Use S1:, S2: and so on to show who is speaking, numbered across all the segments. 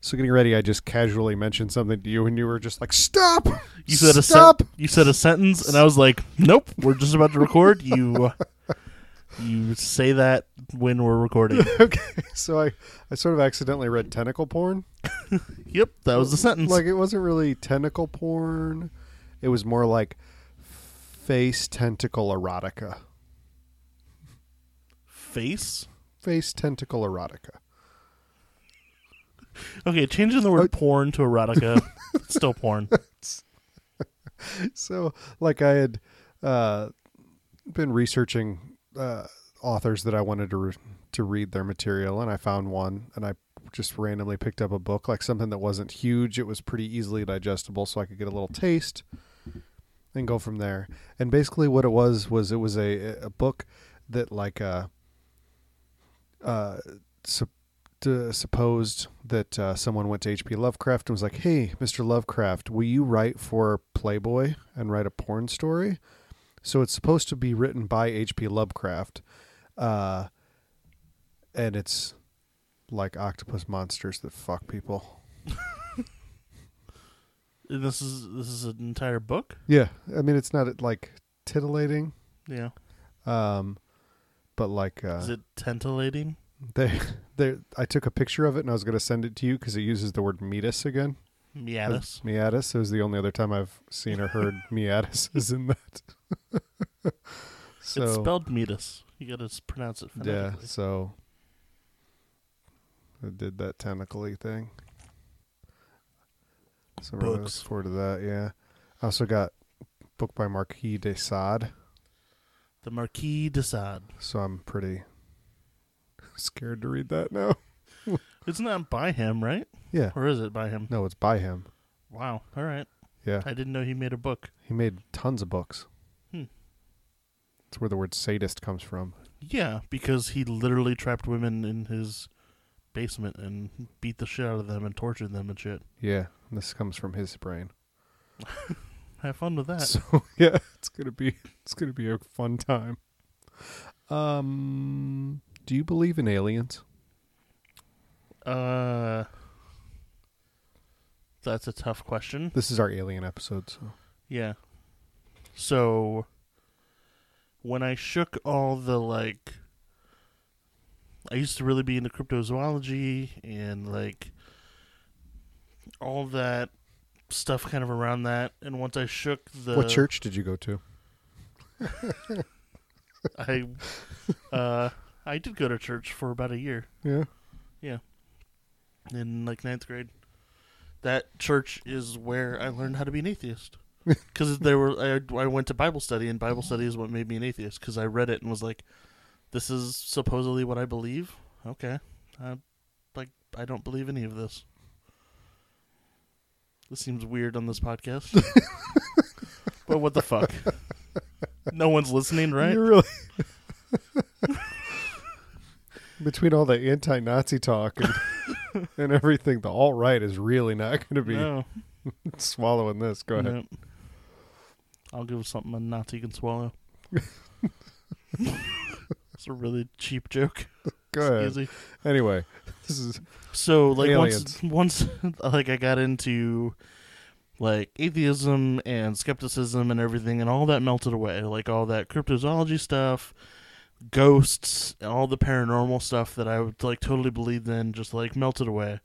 S1: So getting ready, I just casually mentioned something to you, and you were just like, "Stop!
S2: You said a
S1: stop!"
S2: sen- you said a sentence, and I was like, "Nope, we're just about to record." You uh, you say that when we're recording.
S1: okay, so I, I sort of accidentally read tentacle porn.
S2: yep, that was the sentence.
S1: Like it wasn't really tentacle porn; it was more like face tentacle erotica.
S2: Face.
S1: Face tentacle erotica.
S2: Okay, changing the
S1: uh,
S2: word porn to erotica. It's still porn.
S1: So, like I had uh, been researching uh, authors that I wanted to re- to read their material, and I found one, and I just randomly picked up a book, like something that wasn't huge. It was pretty easily digestible, so I could get a little taste and go from there. And basically, what it was was it was a a book that like uh, uh, sup- uh, supposed that uh, someone went to H.P. Lovecraft and was like, "Hey, Mr. Lovecraft, will you write for Playboy and write a porn story?" So it's supposed to be written by H.P. Lovecraft, uh, and it's like octopus monsters that fuck people.
S2: And this is this is an entire book.
S1: Yeah, I mean it's not like titillating,
S2: Yeah.
S1: um, but like uh,
S2: Is it tentillating?
S1: they they I took a picture of it and I was gonna send it to you because it uses the word meatus again.
S2: Miatus.
S1: Miatus. It was the only other time I've seen or heard Miatus is in that. so
S2: it's spelled meatus. You gotta s- pronounce it
S1: yeah,
S2: phonetically.
S1: so I did that tentacly thing. So we're looking
S2: Books.
S1: forward to that. Yeah, I also got book by Marquis de Sade,
S2: The Marquis de Sade.
S1: so I'm pretty scared to read that now.
S2: It's not by him, right?
S1: Yeah,
S2: Or is it by him?
S1: no, it's by him.
S2: Wow. All right.
S1: Yeah,
S2: I didn't know he made a book.
S1: he made tons of books.
S2: Hmm.
S1: That's where the word sadist comes from.
S2: Yeah, because he literally trapped women in his basement and beat the shit out of them and tortured them and shit.
S1: Yeah, this comes from his brain.
S2: Have fun with that.
S1: So yeah, it's gonna be it's gonna be a fun time. Um, do you believe in aliens?
S2: Uh, that's a tough question.
S1: This is our alien episode. So
S2: Yeah. So when I shook all the like I used to really be into cryptozoology and like all that stuff kind of around that and once I shook the
S1: what church did you go to?
S2: I uh I did go to church for about a year
S1: Yeah,
S2: in like ninth grade. That church is where I learned how to be an atheist. Because there were, I, I went to Bible study, and Bible study is what made me an atheist. Because I read it and was like, "This is supposedly what I believe." Okay, I, like I don't believe any of this. This seems weird on this podcast. but what the fuck? No one's listening, right?
S1: You really. Between all the anti-Nazi talk and, and everything, the alt right is really not going to be
S2: no,
S1: swallowing this. Go ahead.
S2: no. I'll give something a Nazi can swallow. it's a really cheap joke.
S1: Go
S2: It's
S1: ahead.
S2: easy.
S1: Anyway, this is
S2: So like
S1: Aliens.
S2: once once like I got into like atheism and skepticism and everything and all that melted away. Like all that cryptozoology stuff, ghosts, and all the paranormal stuff that I would like totally believed in just like melted away.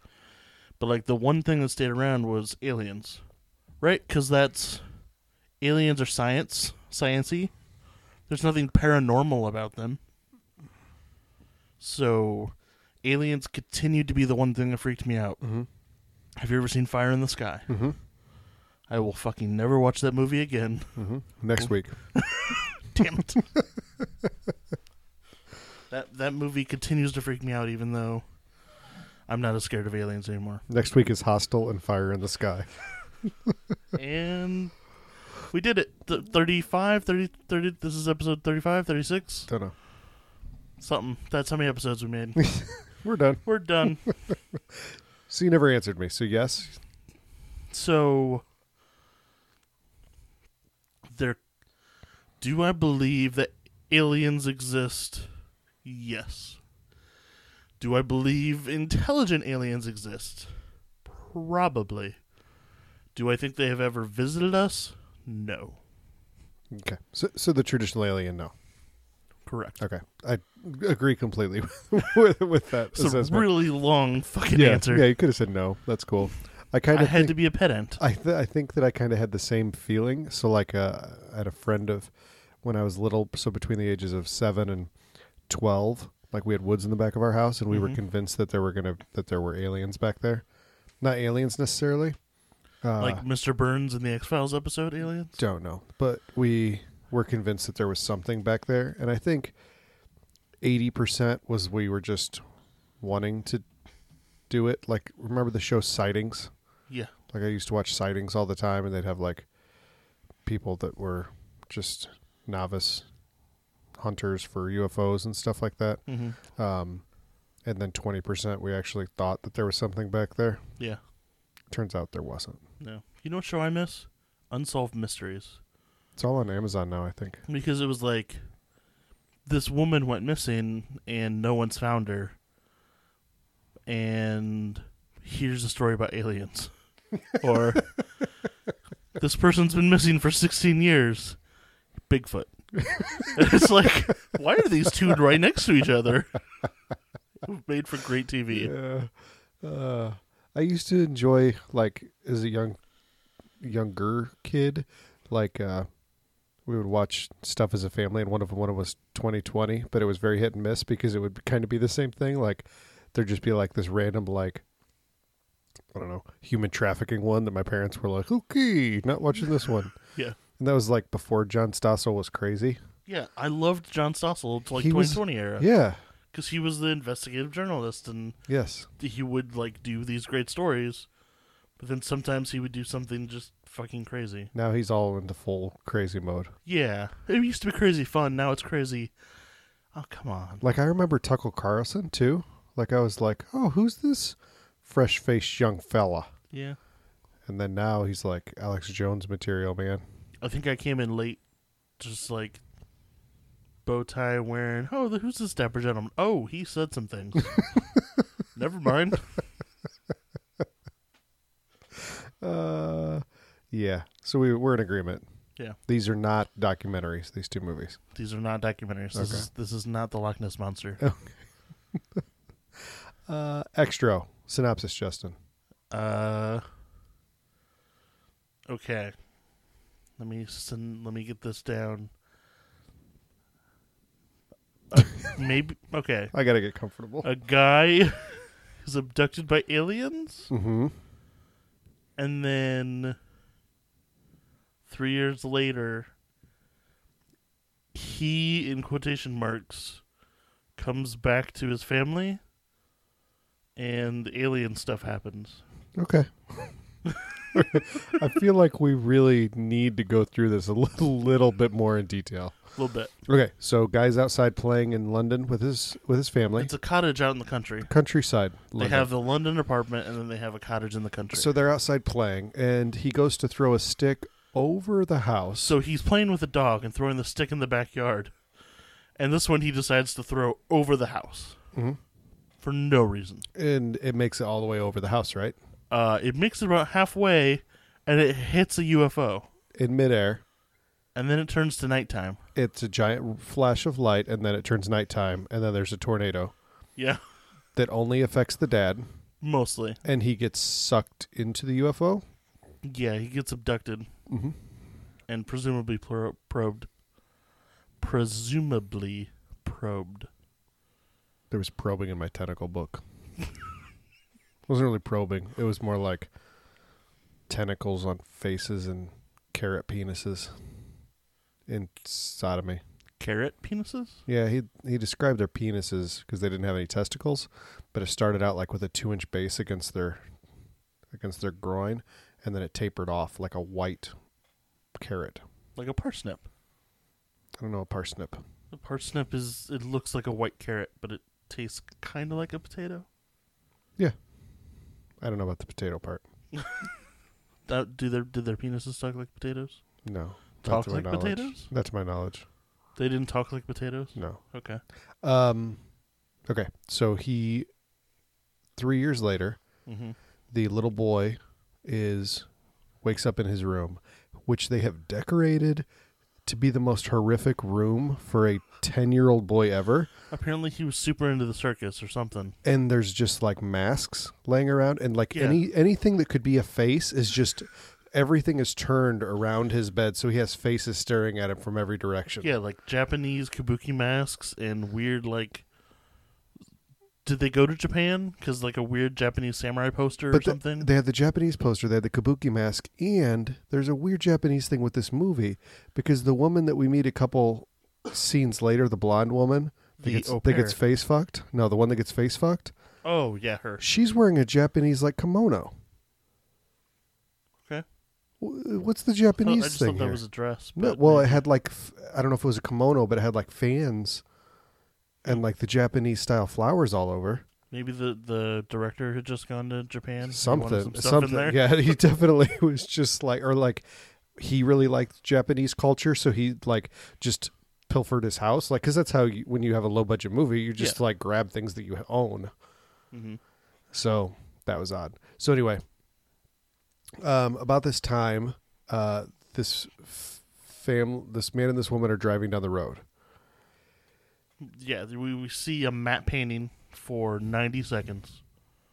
S2: But like the one thing that stayed around was aliens. Right? Cuz that's aliens are science, sciency. There's nothing paranormal about them. So aliens continued to be the one thing that freaked me out.
S1: Mhm.
S2: Have you ever seen Fire in the Sky?
S1: Mhm.
S2: I will fucking never watch that movie again.
S1: mm-hmm. next week.
S2: Damn it. that that movie continues to freak me out even though I'm not as scared of aliens anymore.
S1: Next week is Hostile and Fire in the Sky.
S2: and we did it. Th- 35, 30, 30 this is episode 35, 36,
S1: Don't know.
S2: something. That's how many episodes we made.
S1: We're done.
S2: We're done.
S1: So you never answered me. So yes,
S2: So there do I believe that aliens exist? Yes. Do I believe intelligent aliens exist? Probably. Do I think they have ever visited us? No.
S1: Okay. So, so the traditional alien, no.
S2: Correct.
S1: Okay. I agree completely with, with that
S2: It's a
S1: assessment.
S2: really long fucking
S1: yeah,
S2: answer.
S1: yeah, you could have said no. That's cool. I
S2: I
S1: kind of
S2: had to be a pedant.
S1: I th- I think that I kind of had the same feeling. So like uh, I had a friend of when I was little, so between the ages of seven and twelve, like we had woods in the back of our house, and we were
S2: Mhm.
S1: convinced that there were gonna that there were aliens back there, not aliens necessarily. Uh,
S2: like Mr. Burns in the X Files episode, Aliens?
S1: don't know, but we were convinced that there was something back there, and I think eighty percent was we were just wanting to do it. Like remember the show Sightings?
S2: Yeah.
S1: Like I used to watch sightings all the time, and they'd have like people that were just novice hunters for UFOs and stuff like that.
S2: Mm-hmm.
S1: Um, and then twenty percent we actually thought that there was something back there.
S2: Yeah.
S1: Turns out there wasn't.
S2: No. You know what show I miss? Unsolved Mysteries.
S1: It's all on Amazon now, I think.
S2: Because it was like this woman went missing and no one's found her. And here's a story about aliens. or this person's been missing for 16 years. Bigfoot. it's like, why are these two right next to each other? Made for great TV.
S1: Yeah. Uh, I used to enjoy like as a young younger kid, like uh we would watch stuff as a family and one of them one of was 2020, but it was very hit and miss because it would kind of be the same thing like there'd just be like this random like I don't know, human trafficking one that my parents were like, "Okay, not watching this one."
S2: Yeah.
S1: And that was like before John Stossel was crazy.
S2: Yeah, I loved John Stossel to like
S1: He was-
S2: 2020 era
S1: Yeah.
S2: because he was the investigative journalist and
S1: Yes.
S2: he would like do these great stories, but then sometimes he would do something just fucking crazy.
S1: Now he's all into full crazy mode.
S2: Yeah, it used to be crazy fun. Now it's crazy. Oh come on.
S1: Like I remember Tucker Carlson too. Like I was like, oh, who's this fresh faced young fella?
S2: Yeah,
S1: And then now he's like Alex Jones material, man.
S2: I think I came in late, just like bow tie wearing. Oh, the, who's this dapper gentleman? Oh, he said some things. Never mind.
S1: Uh, yeah. So we we're in agreement.
S2: Yeah.
S1: These are not documentaries. These two movies.
S2: These are not documentaries. This
S1: Okay.
S2: is this is not the Loch Ness monster.
S1: Uh, extra synopsis, Justin.
S2: Uh. Okay. Let me send, let me get this down. Uh, maybe okay.
S1: I gotta get comfortable.
S2: A guy is abducted by aliens,
S1: mm-hmm.
S2: and then three years later, he in quotation marks comes back to his family, and alien stuff happens.
S1: Okay. I feel like we really need to go through this a little, little bit more in detail.
S2: A little bit.
S1: Okay, so guys outside playing in London with his with his family,
S2: It's a cottage out in the country.
S1: countryside. London.
S2: They have the London apartment, and then they have a cottage in the country.
S1: So
S2: So,
S1: they're outside playing, and he goes to throw a stick over the house.
S2: he's playing with a dog and throwing the stick in the backyard, and this one he decides to throw over the house
S1: Mhm.
S2: for no reason.
S1: and it makes it all the way over the house, right?
S2: Uh, it makes it about halfway, and it hits a UFO,
S1: In midair,
S2: and then it turns to nighttime.
S1: it's a giant flash of light, and then it turns nighttime, and then there's a tornado
S2: Yeah,
S1: that only affects the dad,
S2: mostly.
S1: and he gets sucked into the UFO.
S2: Yeah, he gets abducted
S1: Mhm.
S2: and presumably plur- probed. Presumably probed.
S1: There was probing in my tentacle book. wasn't really probing. It was more like tentacles on faces and carrot penises in sodomy.
S2: Carrot penises?
S1: Yeah, he he described their penises because they didn't have any testicles, but it started out like with a two inch base against their against their groin, and then it tapered off like a white carrot.
S2: Like a parsnip.
S1: I don't know a parsnip.
S2: The parsnip is it looks like a white carrot, but it tastes kind of like a potato.
S1: I don't know about the potato part.
S2: That, do their did their penises talk like potatoes?
S1: No, not
S2: Talk
S1: to my
S2: like
S1: knowledge.
S2: potatoes?
S1: Not to my knowledge.
S2: They didn't talk like potatoes.
S1: No.
S2: Okay.
S1: Um. Okay, so he three years later
S2: Mm-hmm.
S1: the little boy is wakes up in his room, which they have decorated to be the most horrific room for a 10-year-old boy ever
S2: Apparently, he was super into the circus or something.
S1: and there's just like masks laying around and like
S2: Yeah.
S1: any anything that could be a face is just everything is turned around his bed so he has faces staring at him from every direction
S2: Yeah, like Japanese kabuki masks and weird like. Did they go to Japan? Because like a weird Japanese samurai poster or
S1: but the-
S2: something.
S1: they had the japanese poster they had the kabuki mask and there's a weird japanese thing with this movie because the woman that we meet a couple scenes later the blonde woman that
S2: The
S1: gets,
S2: au
S1: that gets
S2: pair.
S1: face fucked no the one that gets face fucked
S2: oh yeah, her.
S1: she's wearing a japanese like kimono
S2: Okay.
S1: W- what's the
S2: I thought- Oh, I
S1: japanese
S2: just
S1: thing
S2: thought that
S1: here?
S2: was a dress.
S1: No,
S2: but
S1: well,
S2: maybe-
S1: it had like f- I don't know if it was a kimono, but it had like fans and like the Japanese style flowers all over.
S2: Maybe the, the director had just gone to Japan. He wanted
S1: Something,
S2: some stuff in
S1: something.
S2: there.
S1: Yeah, he definitely was just like, or like he really liked Japanese culture, so he like just pilfered his house, like because that's how you, when you have a low budget movie, you just like grab things that you own.
S2: Mhm.
S1: So that was odd. So anyway, um, about this time, uh, this f- fam, this man and this woman are driving down the road.
S2: Yeah, we, we see a matte painting for 90 seconds.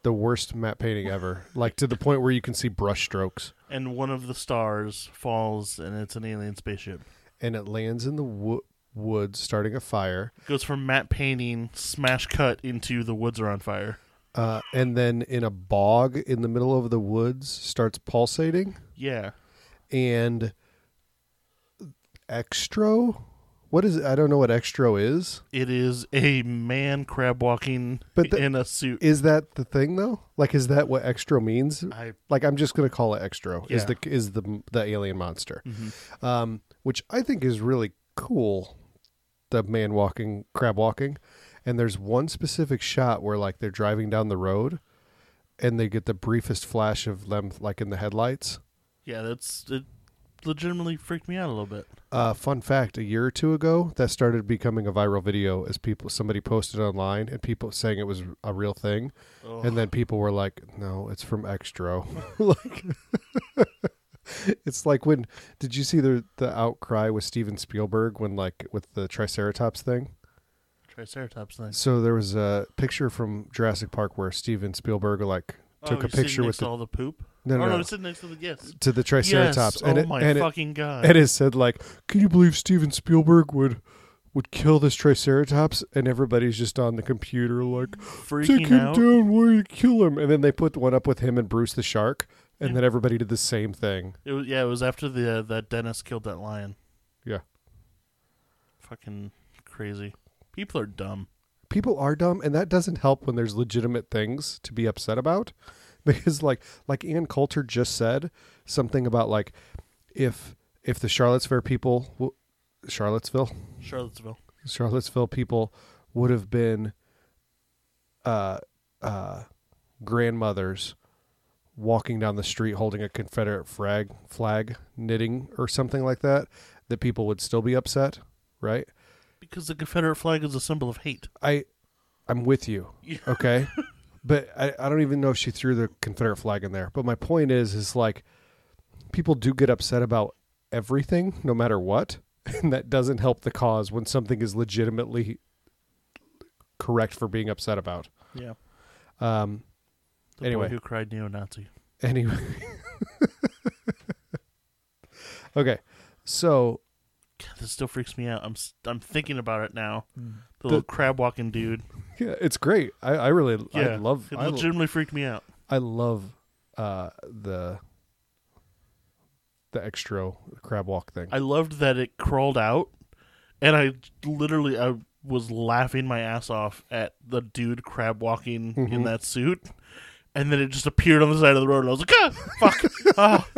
S1: the worst matte painting ever. like to the point where you can see brush strokes,
S2: And one of the stars falls, and it's an alien spaceship.
S1: and it lands in the wo- woods, starting a fire.
S2: goes from matte painting, smash cut into the woods are on fire.
S1: Uh, and then in a bog in the middle of the woods, starts pulsating.
S2: Yeah.
S1: And extro, what is? It? I don't know what extro is.
S2: It is a man crab walking
S1: But the-
S2: in a suit.
S1: Is that the thing though? Like, is that what extro means?
S2: I
S1: Like, I'm just gonna call it extro. Is
S2: Yeah. Mm-hmm.
S1: the is the the alien monster, um, which I think is really cool. The man walking, crab walking, and there's one specific shot where like they're driving down the road, and they get the briefest flash of them like in the headlights.
S2: yeah, that's it. Legitimately freaked me out a little bit.
S1: Uh, fun fact: a year or two ago, that started becoming a viral video as people somebody posted online and people saying it was a real thing,
S2: Oh,
S1: and then people were like, "No, it's from Extro." like, it's like when did you see the the outcry with Steven Spielberg when like with the Triceratops thing?
S2: Triceratops thing.
S1: So there was a picture from Jurassic Park where Steven Spielberg like took
S2: oh,
S1: a
S2: he's sitting
S1: picture
S2: next
S1: with
S2: to
S1: the,
S2: all the poop.
S1: No, no,
S2: oh,
S1: no.
S2: it's sitting next to the yes.
S1: to the Triceratops,
S2: Yes.
S1: and
S2: oh
S1: it
S2: my
S1: and it,
S2: fucking god!
S1: and it said like, "Can you believe Steven Spielberg would?" Would kill this Triceratops, and everybody's just on the computer like,
S2: freaking
S1: take him
S2: out.
S1: down, why you kill him? And then they put one up with him and Bruce the shark, and
S2: Yeah.
S1: then everybody did the same thing.
S2: It was, yeah, it was after the uh, that Dennis killed that lion.
S1: Yeah.
S2: Fucking crazy. People are dumb.
S1: People are dumb, and that doesn't help when there's legitimate things to be upset about. Because like like Ann Coulter just said something about like if if the Charlottesville people w- Charlottesville
S2: Charlottesville.
S1: Charlottesville people would have been uh uh grandmothers walking down the street holding a Confederate flag flag knitting or something like that, that people would still be upset, right?
S2: Because the Confederate flag is a symbol of hate.
S1: I I'm with you.
S2: Yeah.
S1: Okay. but I, I don't even know if she threw the Confederate flag in there. But my point is is like people do get upset about everything no matter what. And that doesn't help the cause when something is legitimately correct for being upset about.
S2: Yeah.
S1: Um
S2: The
S1: Anyway.
S2: boy who cried neo Nazi.
S1: anyway. okay. So
S2: God, this still freaks me out. I'm s- I'm thinking about it now. The,
S1: The-
S2: little crab walking dude.
S1: yeah, it's great. I, I really
S2: Yeah,
S1: I love
S2: it.
S1: I,
S2: Legitimately freaked me out.
S1: I love uh, the the extra crab walk thing.
S2: I loved that it crawled out, and I literally I was laughing my ass off at the dude crab walking
S1: Mm-hmm.
S2: in that suit, and then it just appeared on the side of the road, and I was like, ah, fuck, ah.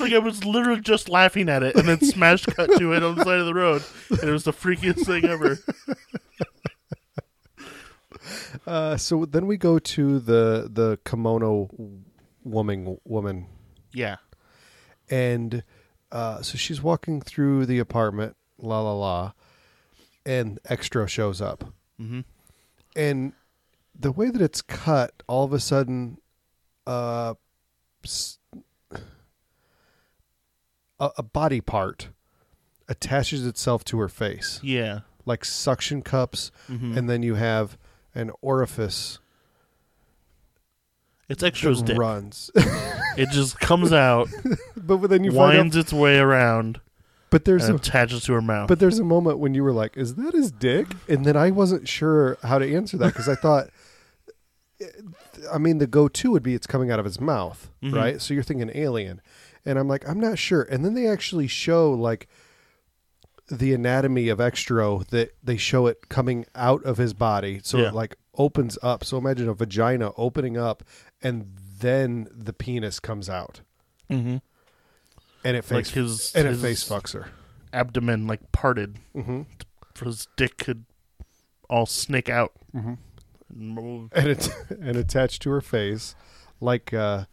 S2: like I was literally just laughing at it, and then smash cut to it on the side of the road, and it was the freakiest thing ever.
S1: Uh, so then we go to the the kimono woman woman,
S2: Yeah,
S1: and uh, so she's walking through the apartment, la
S2: Mm-hmm.
S1: la la, and extra shows up,
S2: Mhm.
S1: and the way that it's cut, all of a sudden, uh, s- a, a body part attaches itself to her face,
S2: Yeah.
S1: like suction cups,
S2: Mhm.
S1: and then you have an orifice
S2: It's extra's
S1: that
S2: dick.
S1: runs.
S2: It just comes out,
S1: but then you find out,
S2: winds its way around,
S1: but there's
S2: and
S1: a,
S2: attaches to her mouth.
S1: but there's a moment when you were like, "Is that his dick?" And then I wasn't sure how to answer that because I thought. eh, I mean, the go-to would be it's coming out of his mouth,
S2: Mhm.
S1: right? So you're thinking alien, and I'm like, I'm not sure. And then they actually show like the anatomy of extro that they show it coming out of his body, so
S2: Yeah.
S1: it like opens up. So imagine a vagina opening up, and then the penis comes out,
S2: hmm
S1: and it
S2: Like
S1: face
S2: his,
S1: and
S2: his
S1: it face fucks her.
S2: abdomen like parted,
S1: hmm
S2: for his dick could all snake out.
S1: Mhm.
S2: Mm,
S1: and it and attached to her face, like uh,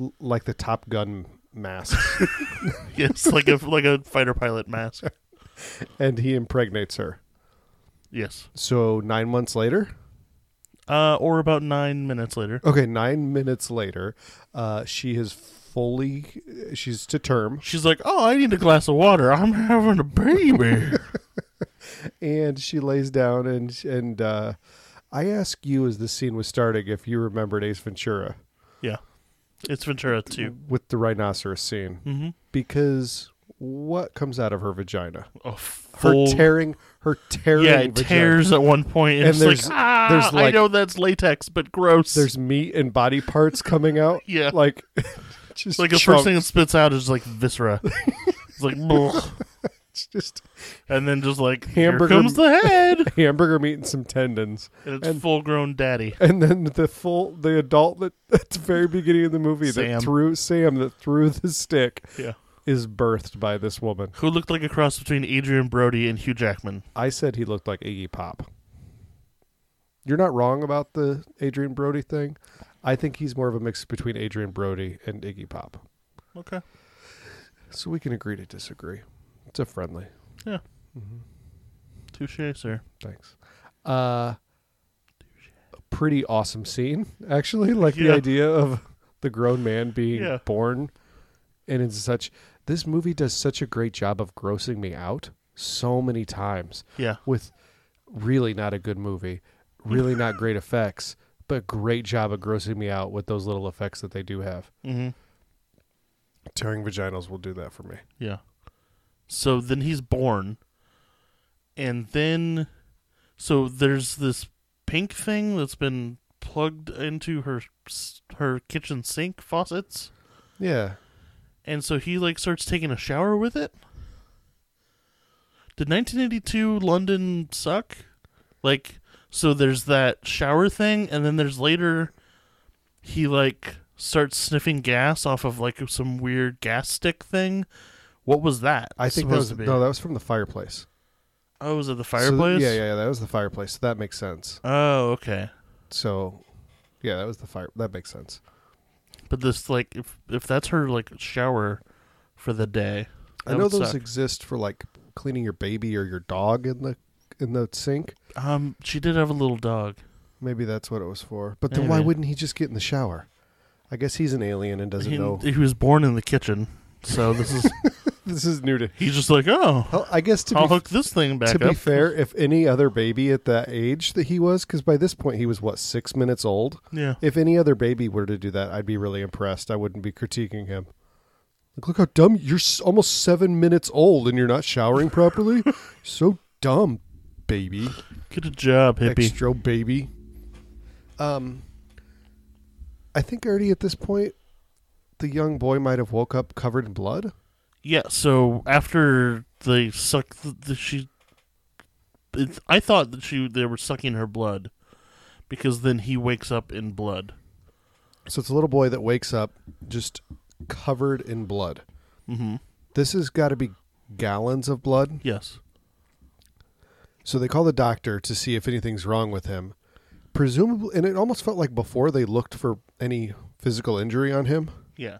S1: l- like the Top Gun mask.
S2: Yes, like a like a fighter pilot mask.
S1: and he impregnates her.
S2: Yes.
S1: So nine months later,
S2: Uh, or about nine minutes later.
S1: okay, nine minutes later, uh, she is fully she's to term,
S2: She's like, "Oh, I need a glass of water. I'm having a baby."
S1: and she lays down and and uh, I ask you as the scene was starting if you remembered Ace Ventura
S2: yeah, it's Ventura too.
S1: with the rhinoceros scene
S2: Mm-hmm.
S1: because what comes out of her vagina?
S2: A
S1: Her
S2: full
S1: tearing, her tearing.
S2: yeah, it
S1: vagina.
S2: tears at one point, and,
S1: And
S2: it's
S1: there's-
S2: like, ah,
S1: there's
S2: I
S1: like-
S2: know that's latex, but gross.
S1: there's meat and body parts coming out.
S2: Yeah.
S1: Like just
S2: like the
S1: chunks.
S2: first thing it spits out is like viscera. it's like, "Blech."
S1: It's just
S2: and then just like
S1: Hamburger-
S2: here comes the head,
S1: hamburger meat and some tendons.
S2: and it's
S1: And-
S2: full grown daddy.
S1: And then the full the adult that at the very beginning of the movie
S2: Sam.
S1: that threw Sam that threw the stick
S2: Yeah,
S1: is birthed by this woman.
S2: who looked like a cross between Adrian Brody and Hugh Jackman.
S1: I said he looked like Iggy Pop. You're not wrong about the Adrian Brody thing. I think he's more of a mix between Adrian Brody and Iggy Pop.
S2: Okay,
S1: So we can agree to disagree. It's a friendly. Mm-hmm.
S2: touche, sir.
S1: Thanks. Uh, pretty awesome scene, actually. Like
S2: Yeah.
S1: the idea of the grown man being
S2: Yeah.
S1: born, and it's such. This movie does such a great job of grossing me out so many times
S2: Yeah,
S1: with really not a good movie, really not great effects, but great job of grossing me out with those little effects that they do have.
S2: mm-hmm.
S1: Tearing vaginas will do that for me.
S2: yeah. So then he's born, and then so there's this pink thing that's been plugged into her s- her kitchen sink faucets.
S1: Yeah.
S2: and so he like starts taking a shower with it. Did 1982 London suck? Like, so there's that shower thing, and then there's later he like starts sniffing gas off of like some weird gas stick thing. What was that?
S1: I think that
S2: supposed
S1: was
S2: to be?
S1: no, that was from the fireplace.
S2: oh, was it the
S1: So th-
S2: fireplace?
S1: yeah, yeah, yeah, that was the fireplace. So that makes sense.
S2: Oh, okay.
S1: So, yeah, that was the fire. That makes sense.
S2: But this like if if that's her like shower for the day.
S1: I
S2: that
S1: know
S2: would
S1: those
S2: suck.
S1: exist for like cleaning your baby or your dog in the in the sink.
S2: um, she did have a little dog.
S1: Maybe that's what it was for. But then why
S2: Maybe.
S1: wouldn't he just get in the shower? I guess he's an alien and doesn't
S2: he,
S1: know.
S2: he was born in the kitchen, so this is
S1: This is new to.
S2: He's just like, oh,
S1: Well, I guess to
S2: I'll
S1: be
S2: hook this thing back
S1: to
S2: up.
S1: be fair, if any other baby at that age that he was, because by this point he was what six minutes old.
S2: yeah,
S1: If any other baby were to do that, I'd be really impressed. I wouldn't be critiquing him. Like, look how dumb you're! s- Almost seven minutes old, and you're not showering properly. so dumb, baby,
S2: get a job, hippie.
S1: extra baby. Um, I think already at this point, the young boy might have woke up covered in blood.
S2: Yeah. So after they suck, the, the, she, it, I thought that she they were sucking her blood, because then he wakes up in blood.
S1: So it's a little boy that wakes up just covered in blood.
S2: Mm-hmm.
S1: This has got to be gallons of blood.
S2: Yes.
S1: So they call the doctor to see if anything's wrong with him. Presumably, and it almost felt like before they looked for any physical injury on him.
S2: Yeah.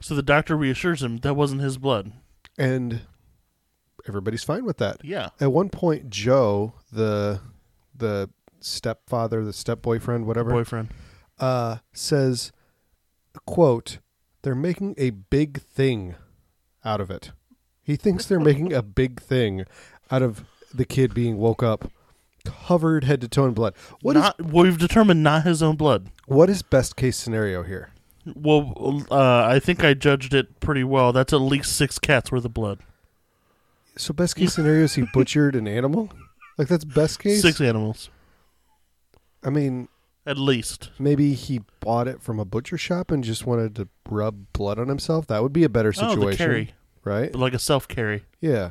S2: So the doctor reassures him that wasn't his blood.
S1: And everybody's fine with that.
S2: Yeah.
S1: At one point, Joe, the the stepfather, the step boyfriend, whatever,
S2: boyfriend.
S1: uh, says, "quote They're making a big thing out of it." He thinks they're making a big thing out of the kid being woke up, covered head to toe in blood. What is
S2: not, we've determined not his own blood.
S1: what is best case scenario here?
S2: Well, uh, I think I judged it pretty well. That's at least six cats worth of blood.
S1: So best case scenario is he butchered an animal. Like that's best case.
S2: Six animals,
S1: I mean,
S2: at least.
S1: maybe he bought it from a butcher shop and just wanted to rub blood on himself. That would be a better situation,
S2: Oh, the carry,
S1: right?
S2: but like a self carry.
S1: Yeah,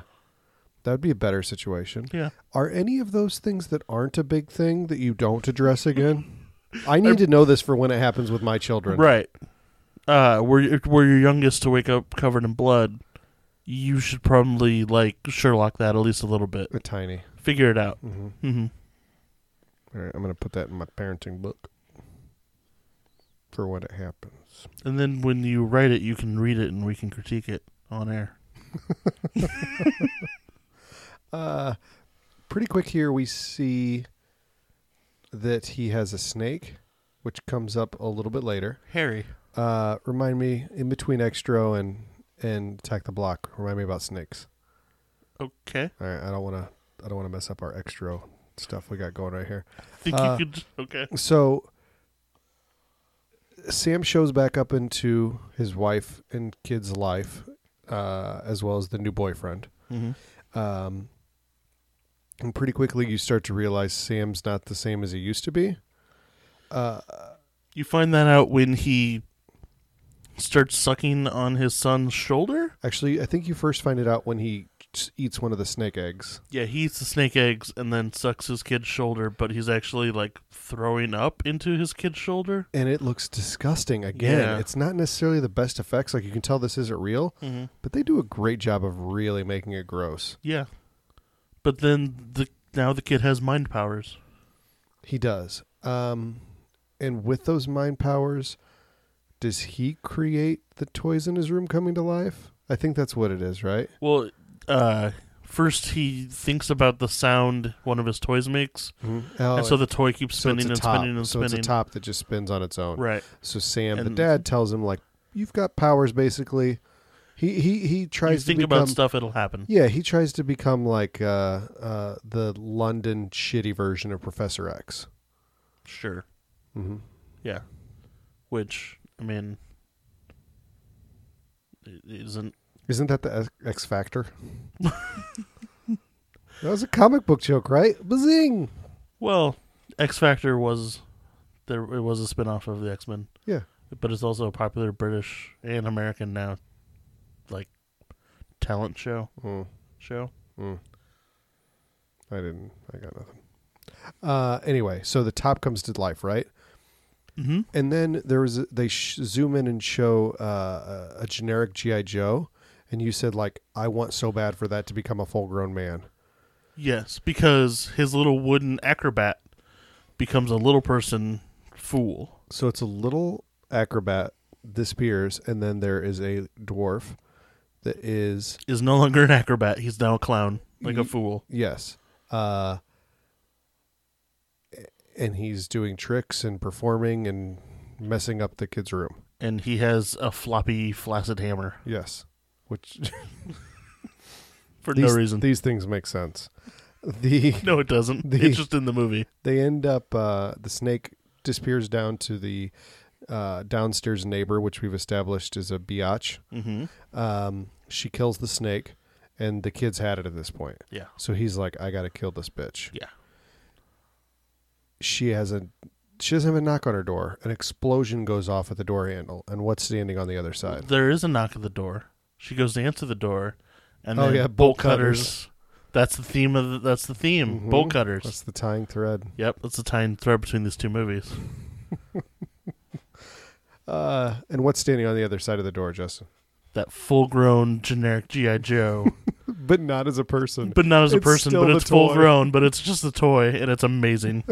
S1: that would be a better situation.
S2: Yeah,
S1: Are any of those things that aren't a big thing that you don't address again? I need to know this for when it happens with my children.
S2: right. Uh, were you- were your youngest to wake up covered in blood? You should probably like Sherlock that at least a little bit.
S1: A Uh, tiny.
S2: Figure it out.
S1: Mm-hmm.
S2: Mm-hmm.
S1: All right, I'm going to put that in my parenting book for when it happens.
S2: And then when you write it, you can read it and we can critique it on air.
S1: Uh, pretty quick here, we see that he has a snake, which comes up a little bit later.
S2: Harry.
S1: Uh, remind me in between extra and and attack the block. Remind me about snakes.
S2: Okay.
S1: All right, I don't want to. I don't want to mess up our extra stuff we got going right here.
S2: Think
S1: Uh,
S2: you could. Okay.
S1: So Sam shows back up into his wife and kid's life, uh, as well as the new boyfriend.
S2: Mm-hmm.
S1: Um, and pretty quickly, you start to realize Sam's not the same as he used to be. Uh,
S2: You find that out when he starts sucking on his son's shoulder.
S1: actually, I think you first find it out when he eats one of the snake eggs.
S2: Yeah, he eats the snake eggs and then sucks his kid's shoulder, but he's actually like throwing up into his kid's shoulder.
S1: and it looks disgusting again
S2: Yeah.
S1: it's not necessarily the best effects like you can tell this isn't real
S2: Mm-hmm.
S1: but they do a great job of really making it gross
S2: Yeah, but then the now the kid has mind powers.
S1: he does um and with those mind powers does he create the toys in his room coming to life i think that's what it is right
S2: Well, uh, first he thinks about the sound one of his toys makes,
S1: oh,
S2: and so the toy keeps
S1: so
S2: spinning
S1: it's a
S2: and
S1: top
S2: spinning and
S1: so
S2: spinning.
S1: it's a top that just spins on its own
S2: Right.
S1: so sam the
S2: And-
S1: dad tells him like you've got powers basically he he he
S2: You
S1: tries to
S2: think
S1: become
S2: about stuff, it'll happen.
S1: Yeah, he tries to become like uh, uh, the London shitty version of Professor X.
S2: Sure.
S1: Mm-hmm.
S2: Yeah. Which I mean, it isn't.
S1: Isn't that the X- X Factor? that was a comic book joke, right? Bazing!
S2: Well, X Factor was there. It was a spin off of the X Men,
S1: Yeah,
S2: but it's also a popular British and American now, like talent show
S1: Mm,
S2: show.
S1: mm. I didn't. I got nothing. Uh, anyway, so the top comes to life, right?
S2: Mm-hmm.
S1: And then there was a, they sh- zoom in and show uh, a- a generic GI Joe, and you said like, "I want so bad for that to become a full grown man."
S2: Yes, because his little wooden acrobat becomes a little person fool.
S1: So it's a little acrobat disappears, and then there is a dwarf that is
S2: Is no longer an acrobat. He's now a clown, like a
S1: Ye-
S2: fool.
S1: yes, uh, and he's doing tricks and performing and messing up the kid's room.
S2: And he has a floppy, flaccid hammer
S1: Yes, which
S2: for
S1: these,
S2: no reason.
S1: These things make sense. The
S2: No, it doesn't.
S1: The-
S2: it's just in the movie.
S1: they end up uh, the snake disappears down to the uh, downstairs neighbor, which we've established is a biatch.
S2: Mm-hmm.
S1: Um, she kills the snake, and the kid's had it at this point.
S2: Yeah.
S1: So he's like, I gotta kill this bitch.
S2: Yeah.
S1: She has a she doesn't have a knock on her door. An explosion goes off at the door handle, and what's standing on the other side?
S2: There is a knock at the door. She goes to answer the door, and
S1: Oh,
S2: then
S1: yeah,
S2: bolt
S1: bolt
S2: cutters. That's the theme of the, that's the theme.
S1: Mhm.
S2: Bolt cutters.
S1: That's the tying thread.
S2: yep, that's the tying thread between these two movies.
S1: Uh, and what's standing on the other side of the door, Justin?
S2: That full-grown generic GI Joe,
S1: But not as a person.
S2: but not as a
S1: It's
S2: person,
S1: still
S2: but
S1: the
S2: it's
S1: toy.
S2: full-grown, but it's just a toy, and it's amazing.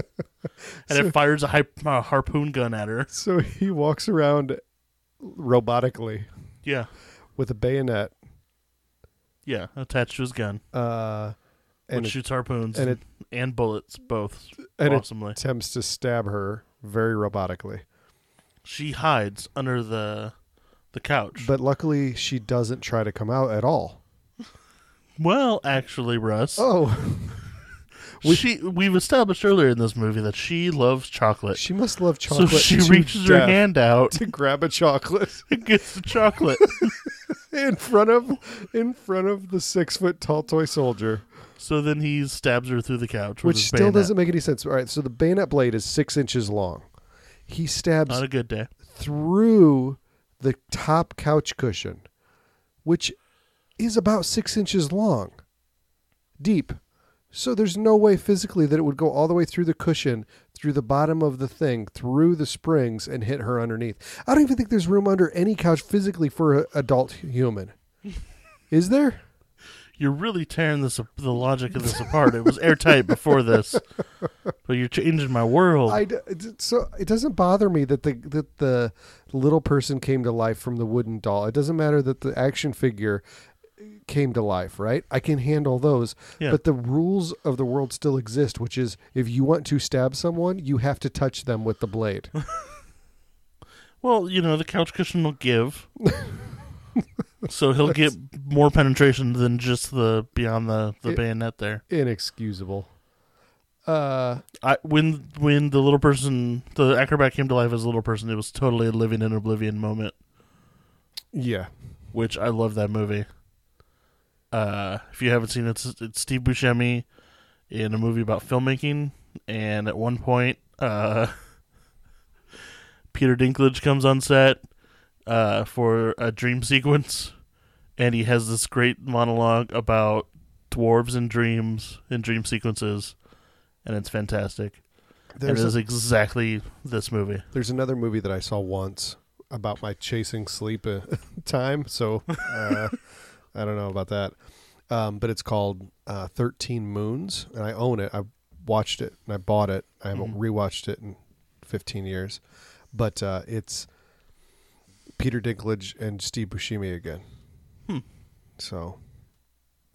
S2: and
S1: So-
S2: it fires a, hy- a harpoon gun at her.
S1: So he walks around robotically
S2: Yeah,
S1: with a bayonet,
S2: yeah, attached to his gun.
S1: uh, and it
S2: which shoots harpoons
S1: and
S2: and,
S1: it-
S2: bullets both
S1: and it-
S2: awesomely.
S1: attempts to stab her very robotically.
S2: She hides under the the couch.
S1: But luckily, she doesn't try to come out at all.
S2: well, actually, Russ,
S1: Oh, we-
S2: she we've established earlier in this movie that she loves chocolate.
S1: she must love chocolate.
S2: so she
S1: to
S2: reaches her
S1: death
S2: hand out
S1: to grab a chocolate
S2: and gets the chocolate.
S1: in front of in front of the six foot tall toy soldier,
S2: so then he stabs her through the couch, with
S1: which
S2: his
S1: still
S2: bayonet.
S1: doesn't make any sense. All right, so the bayonet blade is six inches long. He stabs
S2: On a good day,
S1: through the top couch cushion, which is about six inches long, deep. So there's no way physically that it would go all the way through the cushion, through the bottom of the thing, through the springs, and hit her underneath. I don't even think there's room under any couch physically for an adult human. Is there?
S2: you're really tearing this the logic of this apart. It was airtight before this, but you're changing my world.
S1: I d- so it doesn't bother me that the that the little person came to life from the wooden doll. It doesn't matter that the action figure uh, came to life, right? I can handle those.
S2: Yeah.
S1: But the rules of the world still exist, which is if you want to stab someone, you have to touch them with the blade.
S2: Well, you know, the couch cushion will give. so he'll get more penetration than just the beyond the, the
S1: It-
S2: bayonet there.
S1: Inexcusable. Uh
S2: I when when the little person the acrobat came to life as a little person, it was totally a living in oblivion moment,
S1: yeah.
S2: which I love that movie. Uh if you haven't seen it, it's, it's Steve Buscemi in a movie about filmmaking and at one point uh Peter Dinklage comes on set uh, for a dream sequence, and he has this great monologue about dwarves and dreams and dream sequences, and it's fantastic. And
S1: There's
S2: it
S1: a-
S2: is exactly this movie.
S1: There's another movie that I saw once about my chasing sleep uh, time. So uh, I don't know about that. Um, but it's called uh, 13 Moons, and I own it. I watched it and I bought it. I haven't
S2: Mhm.
S1: rewatched it in 15 years. But uh, it's Peter Dinklage and Steve Buscemi again.
S2: Hmm.
S1: So,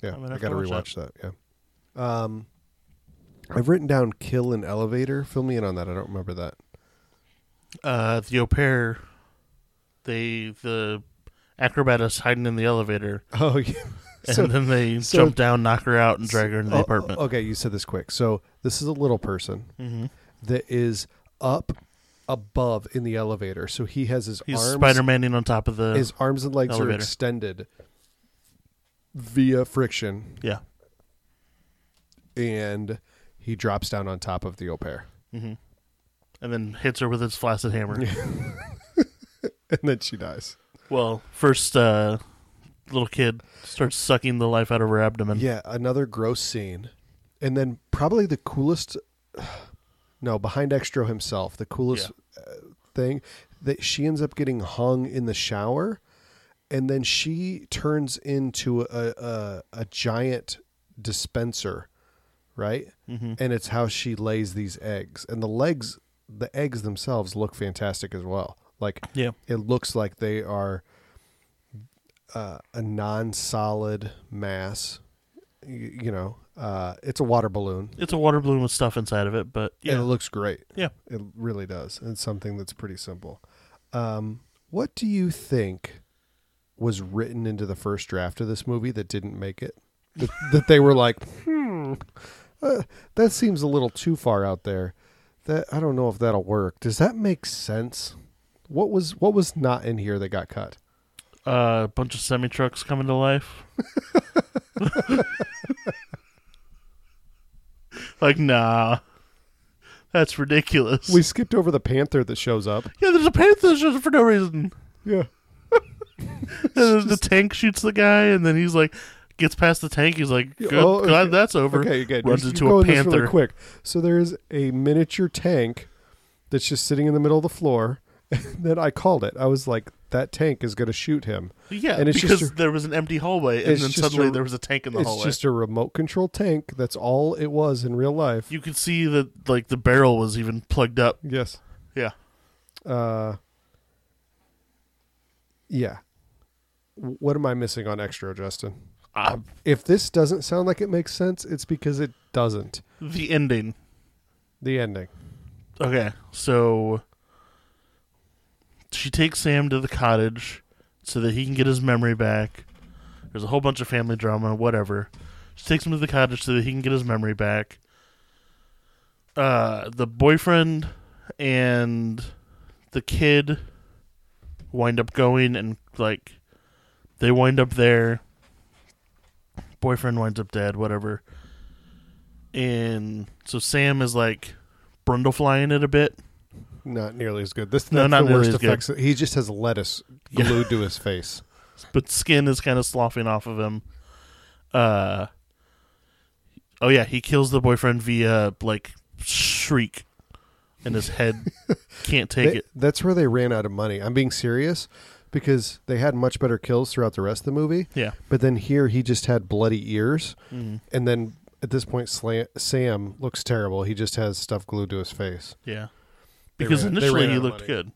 S1: yeah,
S2: I'm gonna
S1: I
S2: have
S1: got to
S2: to watch
S1: rewatch that. Yeah. Um, I've written down Kill an Elevator. Fill me in on that. I don't remember that.
S2: Uh, the au pair, they the acrobat is hiding in the elevator,
S1: Oh, yeah.
S2: and
S1: So-
S2: then they
S1: so-
S2: jump down, knock her out, and drag her into the
S1: Oh,
S2: apartment.
S1: Okay, you said this quick. So this is a little person
S2: hmm
S1: that is up above in the elevator. So he has his
S2: He's
S1: arms,
S2: Spider Maning on top of the
S1: his arms and legs are
S2: elevator.
S1: extended via friction,
S2: yeah.
S1: and he drops down on top of the au pair,
S2: hmm And then hits her with his flaccid hammer.
S1: and then she dies.
S2: Well, first uh, little kid starts sucking the life out of her abdomen.
S1: Yeah, another gross scene, and then probably the coolest. No, behind Extro himself, the coolest uh, thing that she ends up getting hung in the shower and then she turns into a a, a giant dispenser right
S2: Mm-hmm.
S1: and it's how she lays these eggs and the legs the eggs themselves look fantastic as well like
S2: Yeah.
S1: it looks like they are uh, a non-solid mass y- you, know uh, it's a water balloon
S2: It's a water balloon with stuff inside of it, but
S1: and it
S2: yeah.
S1: looks great
S2: Yeah.
S1: it really does. It's something that's pretty simple. Um, what do you think was written into the first draft of this movie that didn't make it? That, that they were like, hmm, uh, that seems a little too far out there. That I don't know if that'll work. Does that make sense? What was what was not in here that got cut?
S2: Uh, a bunch of semi trucks coming to life. like, nah. That's ridiculous.
S1: We skipped over the panther that shows up.
S2: yeah, there's a panther just for no reason.
S1: Yeah,
S2: And then the tank shoots the guy, and then he's like, gets past the tank. He's like,
S1: Yeah,
S2: good
S1: oh,
S2: God,
S1: okay.
S2: that's over.
S1: Okay, again,
S2: Runs
S1: you're,
S2: into
S1: you're
S2: a
S1: going This really
S2: panther.
S1: quick. So there's a miniature tank that's just sitting in the middle of the floor. And then I called it. I was like, "That tank is going to shoot him."
S2: Yeah,
S1: And it's just
S2: because
S1: a-
S2: there was an empty hallway, and
S1: it's
S2: then
S1: just
S2: suddenly
S1: a-
S2: there was a tank in the
S1: It's
S2: hallway.
S1: just a remote control tank. That's all it was in real life.
S2: You could see that like the barrel was even plugged up.
S1: yes.
S2: Yeah.
S1: Uh. Yeah. W- What am I missing on extra, Justin?
S2: Uh,
S1: If this doesn't sound like it makes sense, it's because it doesn't.
S2: the ending.
S1: The ending.
S2: Okay, so she takes Sam to the cottage so that he can get his memory back. There's a whole bunch of family drama, whatever. She takes him to the cottage so that he can get his memory back. Uh, the boyfriend and the kid wind up going and like they wind up there. Boyfriend winds up dead, whatever. And so Sam is like brundle flying it a bit.
S1: Not nearly as good. This
S2: No,
S1: that's
S2: not
S1: the
S2: nearly
S1: worst
S2: as good.
S1: effects. He just has lettuce
S2: Yeah.
S1: glued to his face.
S2: but skin is kind of sloughing off of him. Uh, oh yeah, he kills the boyfriend via like shriek, and his head can't take
S1: They-
S2: it.
S1: That's where they ran out of money. I'm being serious because they had much better kills throughout the rest of the movie.
S2: Yeah,
S1: But then here he just had bloody ears.
S2: Mhm.
S1: And then at this point, Sla- Sam looks terrible. He just has stuff glued to his face.
S2: yeah.
S1: They
S2: Because
S1: ran- they
S2: initially
S1: ran
S2: he
S1: out of
S2: looked
S1: money.
S2: good.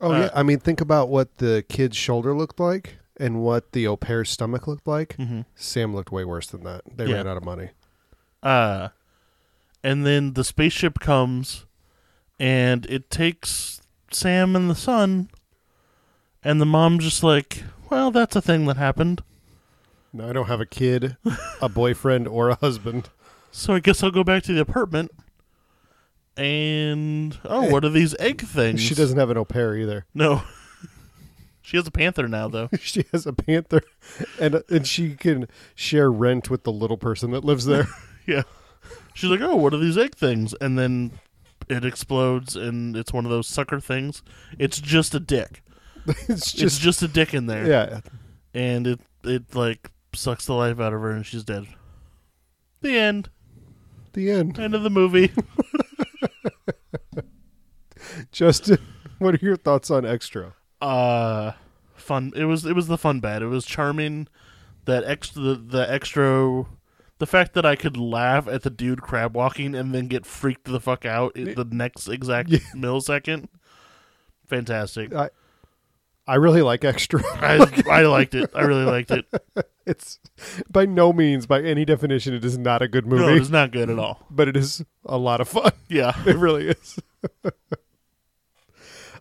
S1: Oh,
S2: Uh,
S1: yeah. I mean, think about what the kid's shoulder looked like and what the au pair's stomach looked like.
S2: Mm-hmm.
S1: Sam looked way worse than that. They
S2: Yeah.
S1: ran out of money.
S2: Uh, and then the spaceship comes, and it takes Sam and the son, and the mom's just like, "Well, that's a thing that happened."
S1: No, I don't have a kid, a boyfriend, or a husband.
S2: So I guess I'll go back to the apartment. And oh, what are these egg things?
S1: She doesn't have an au pair either.
S2: No. she has a panther now, though.
S1: She has a panther, and uh, and she can share rent with the little person that lives there.
S2: yeah. She's like, oh, what are these egg things? And then it explodes, and it's one of those sucker things. It's just a dick.
S1: it's
S2: it's
S1: just
S2: just a dick in there,
S1: yeah.
S2: and it it like sucks the life out of her, and she's dead. The end.
S1: The end.
S2: End of the movie.
S1: Justin, what are your thoughts on Extra?
S2: uh fun it was it was the fun bad it was charming that extra the, the extra the fact that i could laugh at the dude crab walking and then get freaked the fuck out in the next exact
S1: Yeah. Uh,
S2: millisecond fantastic
S1: I I really like Extra.
S2: I, I liked it i really liked it
S1: It's by no means, by any definition, it is not a good
S2: no
S1: movie,
S2: it's not good at all
S1: but it is a lot of fun.
S2: yeah
S1: It really is.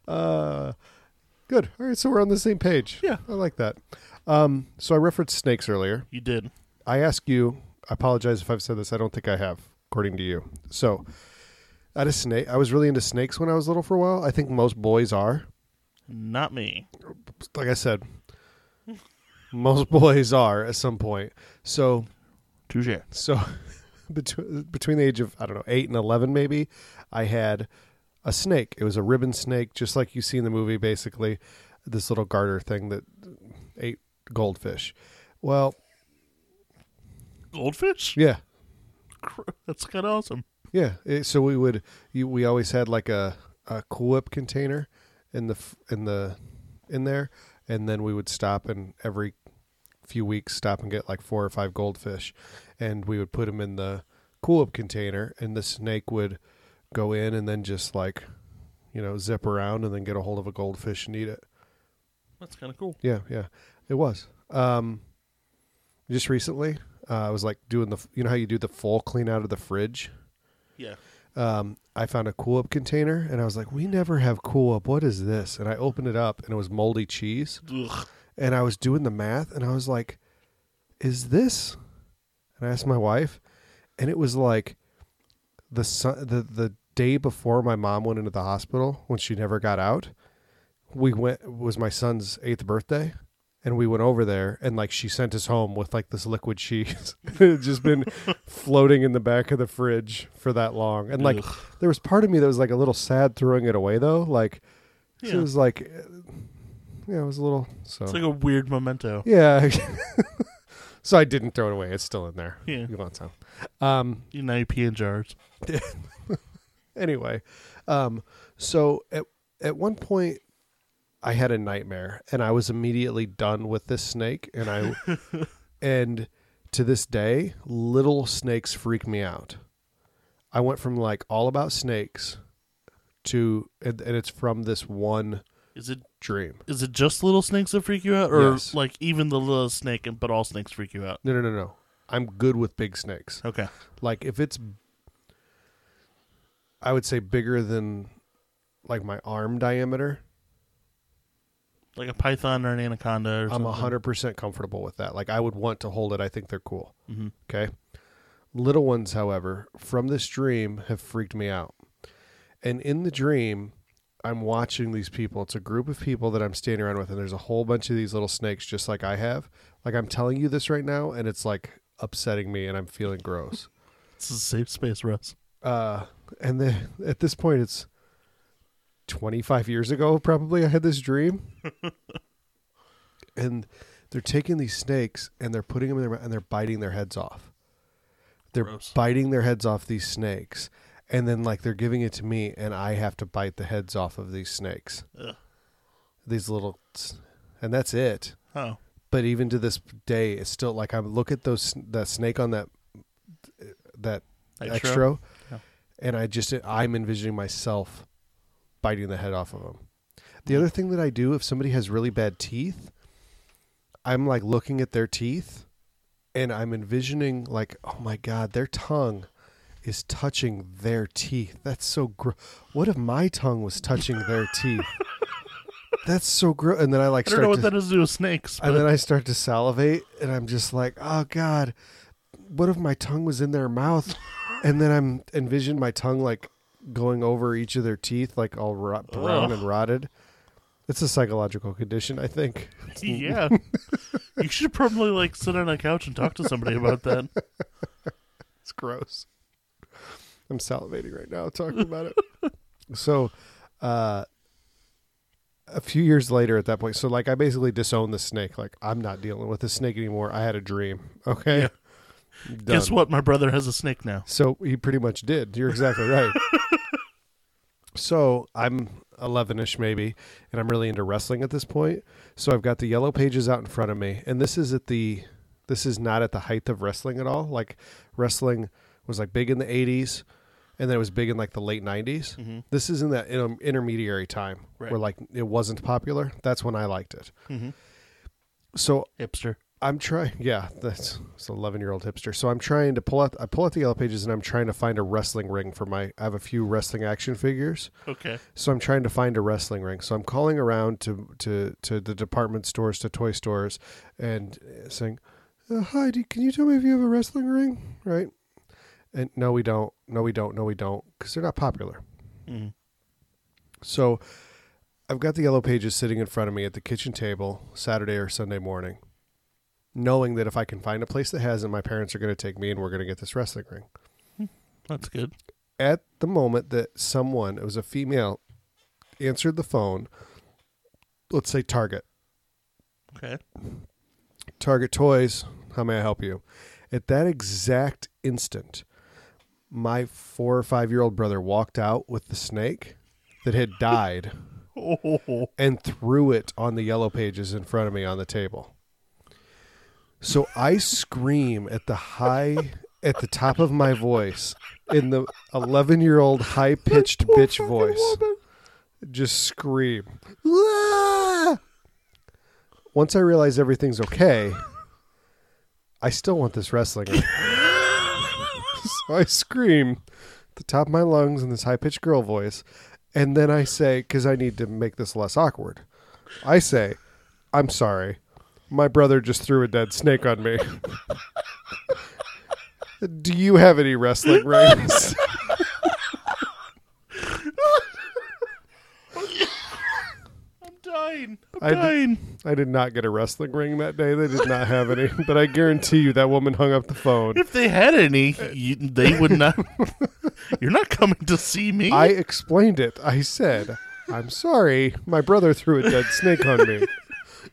S1: uh, good. All right, so we're on the same page.
S2: Yeah.
S1: I like that. Um, so I referenced snakes earlier.
S2: you did
S1: I ask you. I apologize if I've said this. I don't think I have, according to you. So, I had a snake. I was really into snakes when I was little for a while. I think most boys are.
S2: not me
S1: Like I said, most boys are at some point. So,
S2: touche
S1: so between between the age of I don't know eight and eleven, maybe I had a snake. It was a ribbon snake, just like you see in the movie. Basically, this little garter thing that ate goldfish. Well,
S2: goldfish
S1: yeah,
S2: Cr- that's kind of awesome
S1: yeah. It- so we would you, we always had like a, a Cool Whip container in the f- in the in there, and then we would stop and every few weeks stop and get like four or five goldfish, and we would put them in the Cool Whip container, and the snake would go in and then just like you know zip around and then get a hold of a goldfish and eat it.
S2: that's kind of cool
S1: Yeah, yeah, it was. Um, just recently, uh, I was like doing the you know how you do the full clean out of the fridge
S2: yeah
S1: um, I found a Cool Whip container and I was like, we never have Cool Whip. What is this? And I opened it up and it was moldy cheese.
S2: Ugh.
S1: And I was doing the math and I was like, is this? And I asked my wife and it was like the, su- the, the day before my mom went into the hospital when she never got out. We went, it was my son's eighth birthday. And we went over there, and like she sent us home with like this liquid cheese. it had just been floating in the back of the fridge for that long. And like
S2: Ugh.
S1: there was part of me that was like a little sad throwing it away though like so
S2: Yeah.
S1: it was like uh, yeah it was a little so
S2: it's like a weird memento
S1: yeah so i didn't throw it away it's still in there
S2: Yeah.
S1: you want some um
S2: you know you pee in jars
S1: anyway um so at, at one point i had a nightmare and i was immediately done with this snake and i and to this day little snakes freak me out i went from like all about snakes to and, and it's from this one
S2: Is it
S1: dream.
S2: is it just little snakes that freak you out, or
S1: Yes.
S2: like even the little snake, and but all snakes freak you out?
S1: No, no, no, no. I'm good with big snakes.
S2: Okay,
S1: Like if it's, I would say bigger than, like my arm diameter.
S2: like a python or an anaconda, or
S1: I'm
S2: something.
S1: hundred percent comfortable with that. Like I would want to hold it. I think they're cool.
S2: Mhm.
S1: Okay. Little ones, however, from this dream have freaked me out. And in the dream, I'm watching these people. It's a group of people that I'm standing around with, and there's a whole bunch of these little snakes, just like I have. Like I'm telling you this right now, and it's like upsetting me, and I'm feeling gross.
S2: It's a safe space, Russ.
S1: Uh, and then at this point, it's 25 years ago, probably. I had this dream, and they're taking these snakes and they're putting them in their mouth and they're biting their heads off. They're
S2: Gross.
S1: biting their heads off these snakes, and then like they're giving it to me, and I have to bite the heads off of these snakes.
S2: Ugh.
S1: These little, s- and that's it
S2: Oh,
S1: but even to this day, it's still like I look at those that snake on that that
S2: Extra?
S1: extra,
S2: Yeah.
S1: and I just I'm envisioning myself biting the head off of them. The
S2: Mm.
S1: other thing that I do if somebody has really bad teeth, I'm like looking at their teeth, and I'm envisioning like, oh my god, their tongue is touching their teeth. That's so gross. What if my tongue was touching their teeth? That's so gross. And then I like
S2: I
S1: start
S2: don't know
S1: to-
S2: what that is to do with snakes.
S1: and
S2: but-
S1: then I start to salivate, and I'm just like, oh god, what if my tongue was in their mouth? And then I'm envision my tongue like going over each of their teeth, like all rot, brown
S2: Ugh.
S1: and rotted. It's a psychological condition, I think.
S2: yeah, you should probably like sit on a couch and talk to somebody about that.
S1: It's gross. I'm salivating right now talking about it. so, uh, a few years later at that point, so like I basically disowned the snake. Like, I'm not dealing with the snake anymore. I had a dream. Okay.
S2: Yeah. Guess
S1: Done.
S2: what? My brother has a snake now.
S1: So he pretty much did. You're exactly right. so I'm 11 ish, maybe, and I'm really into wrestling at this point. So I've got the yellow pages out in front of me, and this is at the this is not at the height of wrestling at all. Like wrestling was like big in the 80s, and then it was big in like the late 90s.
S2: Mhm.
S1: This is in that inter- intermediary time
S2: Right.
S1: where like it wasn't popular. That's when I liked it.
S2: Mhm.
S1: So
S2: Hipster.
S1: I'm trying. Yeah, that's it's an 11 year old hipster. So I'm trying to pull out. I pull out the yellow pages and I'm trying to find a wrestling ring for my. I have a few wrestling action figures,
S2: Okay.
S1: so I'm trying to find a wrestling ring. So I'm calling around to to to the department stores, to toy stores, and uh, saying, uh, "Hi, do, can you tell me if you have a wrestling ring?" Right? And no, we don't. No, we don't. No, we don't. Because they're not popular.
S2: Mhm.
S1: So I've got the yellow pages sitting in front of me at the kitchen table Saturday or Sunday morning, knowing that if I can find a place that has it, my parents are going to take me and we're going to get this wrestling ring.
S2: That's good.
S1: At the moment that someone, it was a female, answered the phone, let's say Target,
S2: Okay.
S1: Target Toys, how may I help you? At that exact instant, my four or five year old brother walked out with the snake that had died.
S2: Oh.
S1: and threw it on the yellow pages in front of me on the table. So I scream at the high, at the top of my voice, in the 11 year old high pitched bitch voice. Just scream. "Ah!" Once I realize everything's okay, I still want this wrestling. ring. so I scream at the top of my lungs in this high pitched girl voice. And then I say, because I need to make this less awkward, I say, I'm sorry. My brother just threw a dead snake on me. Do you have any wrestling rings?
S2: I'm dying. I'm
S1: I d-
S2: dying.
S1: I did not get a wrestling ring that day. They did not have any, but I guarantee you that woman hung up the phone.
S2: If they had any,
S1: Uh,
S2: you, they would not. You're not coming to see me.
S1: I explained it. I said, I'm sorry. My brother threw a dead snake on me.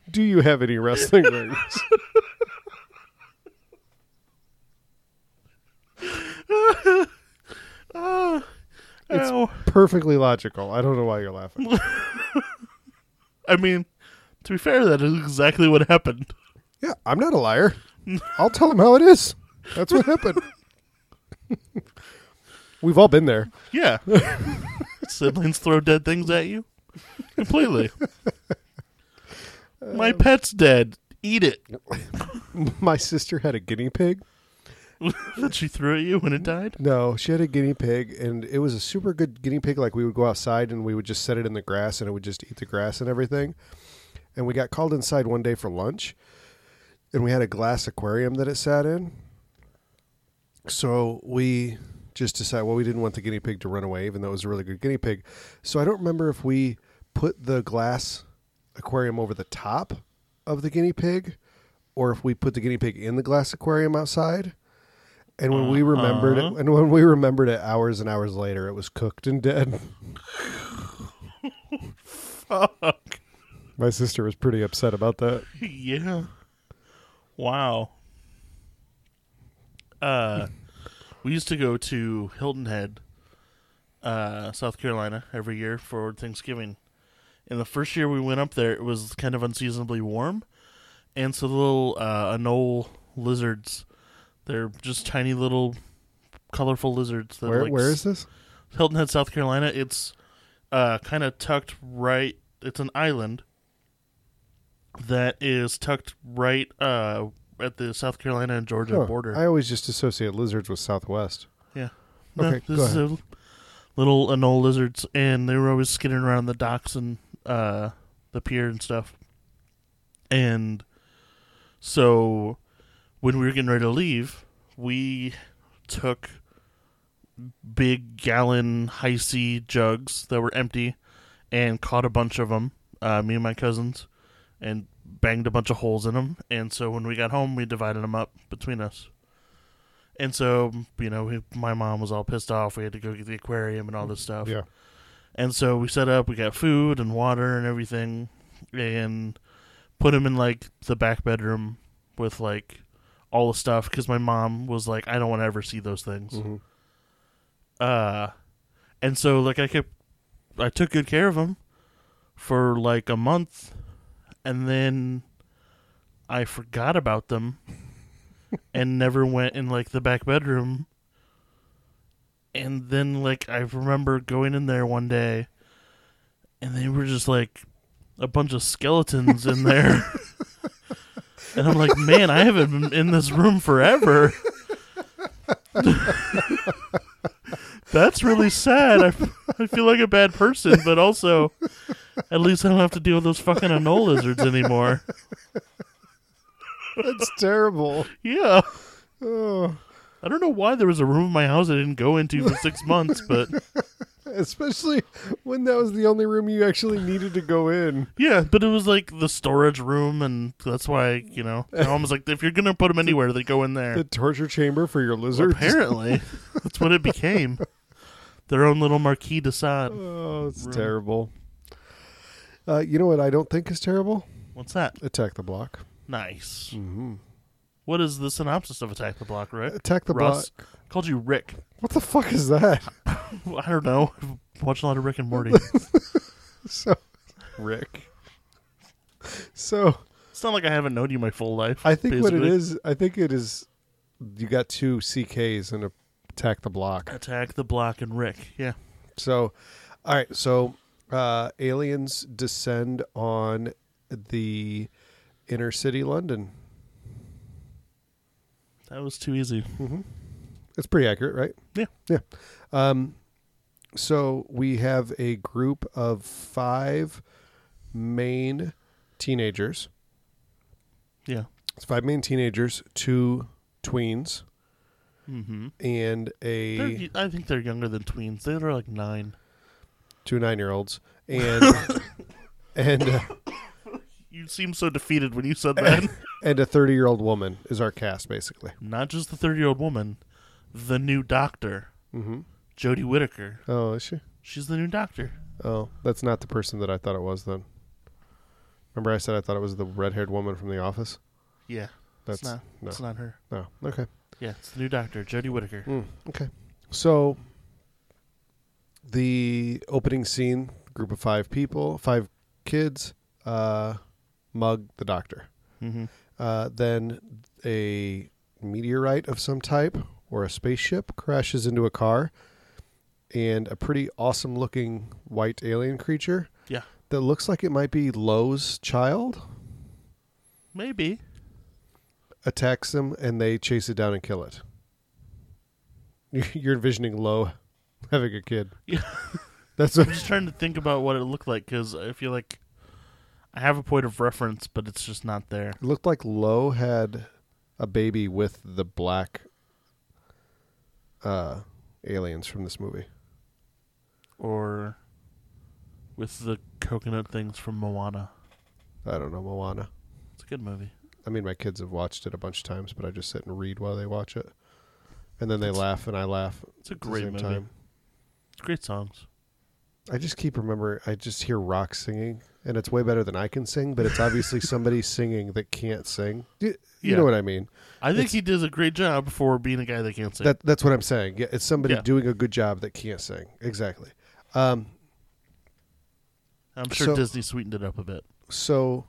S1: Do you have any wrestling rings?
S2: Ah, ow.
S1: Perfectly logical. I don't know why you're laughing.
S2: I mean, to be fair, that is exactly what happened.
S1: Yeah, I'm not a liar. I'll tell him how it is. That's what happened. We've all been there.
S2: Yeah. Siblings throw dead things at you. completely. My pet's dead. Eat it
S1: My sister had a guinea pig.
S2: that she threw at you when it died.
S1: No, she had a guinea pig, and it was a super good guinea pig. Like we would go outside and we would just set it in the grass, and it would just eat the grass and everything. And we got called inside one day for lunch, and we had a glass aquarium that it sat in. So we just decided, well, we didn't want the guinea pig to run away, even though it was a really good guinea pig. So I don't remember if we put the glass aquarium over the top of the guinea pig, or if we put the guinea pig in the glass aquarium outside. And when we remembered it,
S2: Uh-huh.
S1: and when we remembered it hours and hours later, it was cooked and dead.
S2: Fuck.
S1: My sister was pretty upset about that.
S2: Yeah. Wow. Uh, we used to go to Hilton Head, uh, South Carolina, every year for Thanksgiving. And the first year we went up there, it was kind of unseasonably warm, and so the little uh, anole lizards, they're just tiny little colorful lizards. That
S1: Where
S2: like
S1: where
S2: s-
S1: is this?
S2: Hilton Head, South Carolina. It's uh, kind of tucked right. It's an island that is tucked right uh, at the South Carolina and Georgia
S1: Huh.
S2: border.
S1: I always just associate lizards with Southwest.
S2: yeah.
S1: okay, go
S2: no, this is a little anole lizards, and they were always skidding around the docks and uh, the pier and stuff. And so, when we were getting ready to leave, we took big gallon high C jugs that were empty and caught a bunch of them, uh, me and my cousins, and banged a bunch of holes in them. And so when we got home, we divided them up between us. And so, you know, we, my mom was all pissed off. We had to go get the aquarium and all this stuff.
S1: Yeah.
S2: And so we set up, we got food and water and everything, and put him in like the back bedroom with like all the stuff because my mom was like, I don't want to ever see those things.
S1: Mhm.
S2: Uh, and so like I kept, I took good care of him for like a month, and then I forgot about them, and never went in like the back bedroom. And then like I remember going in there one day, and they were just like a bunch of skeletons in there. And I'm like, man, I haven't been in this room forever. That's really sad. I, I feel like a bad person, but also, at least I don't have to deal with those fucking anole lizards anymore.
S1: That's terrible.
S2: Yeah.
S1: Oh,
S2: I don't know why there was a room in my house I didn't go into for six months, but
S1: especially when that was the only room you actually needed to go in.
S2: yeah, but it was like the storage room, and that's why, you know, I was like, if you're going to put them anywhere, they go in there.
S1: The torture chamber for your lizards.
S2: Apparently, that's what it became. Their own little Marquis de Sade.
S1: Oh, it's
S2: Room.
S1: terrible. Uh, you know what I don't think is terrible?
S2: What's that?
S1: Attack the block.
S2: Nice.
S1: Mm-hmm.
S2: What is the synopsis of Attack the Block, Rick?
S1: Attack the
S2: Russ
S1: block.
S2: called you Rick.
S1: What the fuck is that?
S2: I don't know. I've watched a lot of Rick and Morty.
S1: So, Rick. So
S2: it's not like I haven't known you my full life.
S1: I think what it
S2: basically.
S1: is, I think it is. You got two CKs and attack the block.
S2: Attack the Block and Rick. Yeah.
S1: So, all right. So, uh, aliens descend on the inner city London.
S2: That was too easy.
S1: That's pretty accurate, right?
S2: Yeah.
S1: Yeah. Um, so we have a group of five main teenagers.
S2: Yeah.
S1: It's five main teenagers, two tweens,
S2: Mm-hmm.
S1: and a
S2: I think they're younger than tweens. They're like nine.
S1: two nine-year-olds, and and uh,
S2: You seem so defeated when you said that.
S1: and a thirty-year-old woman is our cast, basically.
S2: not just the 30 year old woman, the new doctor,
S1: Mm-hmm.
S2: Jodie Whittaker.
S1: Oh, is she?
S2: She's the new doctor.
S1: Oh, that's not the person that I thought it was then. Remember, I said I thought it was the red-haired woman from The Office.
S2: Yeah.
S1: That's
S2: it's not.
S1: no.
S2: It's not her.
S1: no. Okay.
S2: Yeah, it's the new doctor, Jodie Whittaker.
S1: Mm, okay. So the opening scene, group of five people, five kids, uh, mug the doctor.
S2: Mm-hmm.
S1: Uh, then a meteorite of some type or a spaceship crashes into a car, and a pretty awesome looking white alien creature
S2: Yeah.
S1: that looks like it might be Lowe's child
S2: Maybe.
S1: attacks them and they chase it down and kill it. You're envisioning Lowe having a kid.
S2: Yeah.
S1: That's what
S2: I'm just trying to think about what it looked like because I feel like I have a point of reference, but it's just not there.
S1: It looked like Lowe had a baby with the black uh, aliens from this movie.
S2: Or with the coconut things from Moana.
S1: I don't know, Moana.
S2: It's a good movie.
S1: I mean, my kids have watched it a bunch of times, but I just sit and read while they watch it. And then they
S2: That's-
S1: laugh and I laugh at
S2: It's a
S1: the
S2: great
S1: same
S2: movie.
S1: time.
S2: It's great songs.
S1: I just keep remember. I just hear rock singing, and it's way better than I can sing. But it's obviously somebody singing that can't sing. You, you
S2: Yeah.
S1: know what I mean?
S2: I think
S1: It's-
S2: he does a great job for being a guy that can't sing.
S1: That that's what I'm saying. Yeah, it's somebody
S2: Yeah.
S1: doing a good job that can't sing. Exactly. Um,
S2: I'm sure
S1: so-
S2: Disney sweetened it up a bit.
S1: so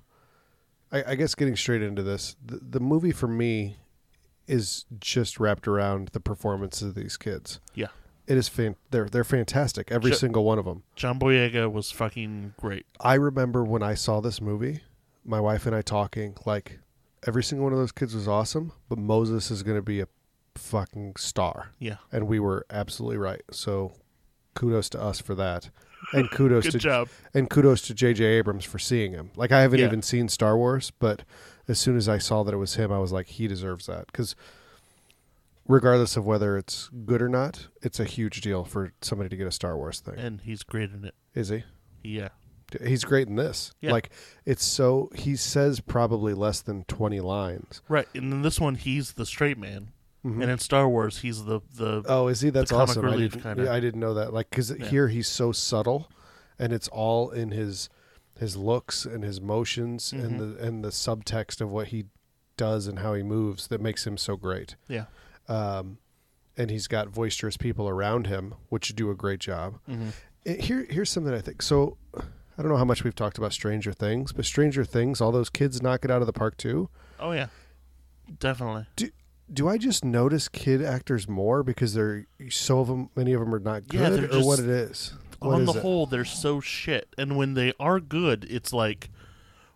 S1: I, I guess getting straight into this, the, the movie for me is just wrapped around the performances of these kids.
S2: Yeah.
S1: It is fan- they're they're fantastic. Every
S2: Sure.
S1: single one of them.
S2: John Boyega was fucking great.
S1: I remember when I saw this movie, my wife and I talking like every single one of those kids was awesome, but Moses is going to be a fucking star.
S2: Yeah.
S1: And we were absolutely right. So kudos to us for that. And kudos
S2: Good
S1: to
S2: job.
S1: and kudos to JJ Abrams for seeing him. Like I haven't
S2: Yeah.
S1: even seen Star Wars, but as soon as I saw that it was him, I was like he deserves that cuz regardless of whether it's good or not, it's a huge deal for somebody to get a Star Wars thing.
S2: And he's great in it.
S1: Is he?
S2: Yeah.
S1: He's great in this.
S2: Yeah.
S1: Like it's so he says probably less than 20 lines.
S2: Right. And in this one, he's the straight man.
S1: Mhm.
S2: And in Star Wars, he's the, the
S1: Oh, is he? That's
S2: comic
S1: awesome.
S2: relief
S1: I, didn't,
S2: kinda.
S1: yeah, I didn't know that. Like, because
S2: Yeah.
S1: here he's so subtle, and it's all in his his looks and his motions and
S2: Mm-hmm.
S1: the and the subtext of what he does and how he moves that makes him so great.
S2: yeah.
S1: Um, and he's got boisterous people around him, which do a great job.
S2: Mhm.
S1: It- here, here's something I think. So, I don't know how much we've talked about Stranger Things, but Stranger Things, all those kids knock it out of the park too.
S2: Oh, yeah. Definitely.
S1: Do do I just notice kid actors more because they're so of 'em- many of them are not good,
S2: Yeah, they're
S1: or what
S2: just-
S1: it is? What
S2: on
S1: is
S2: the
S1: it?
S2: whole, they're so shit. And when they are good, it's like,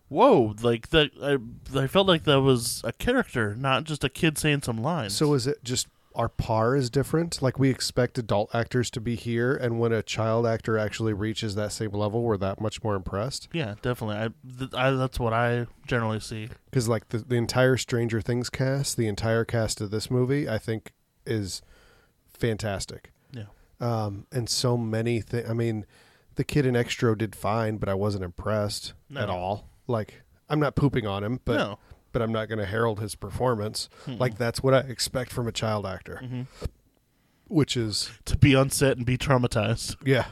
S2: whoa! Like that, I, I felt like that was a character, not just a kid saying some lines.
S1: So is it just our par is different? Like we expect adult actors to be here, and when a child actor actually reaches that same level, we're that much more impressed.
S2: yeah, definitely. I, th- I that's what I generally see.
S1: Because like the the entire Stranger Things cast, the entire cast of this movie, I think is fantastic.
S2: Yeah,
S1: Um, and so many things. I mean, the kid in Extro did fine, but I wasn't impressed
S2: No.
S1: at all. Like I'm not pooping on him, but
S2: no,
S1: but I'm not going to herald his performance. Like that's what I expect from a child actor,
S2: Mm-hmm.
S1: which is
S2: to be on set and be traumatized,
S1: yeah.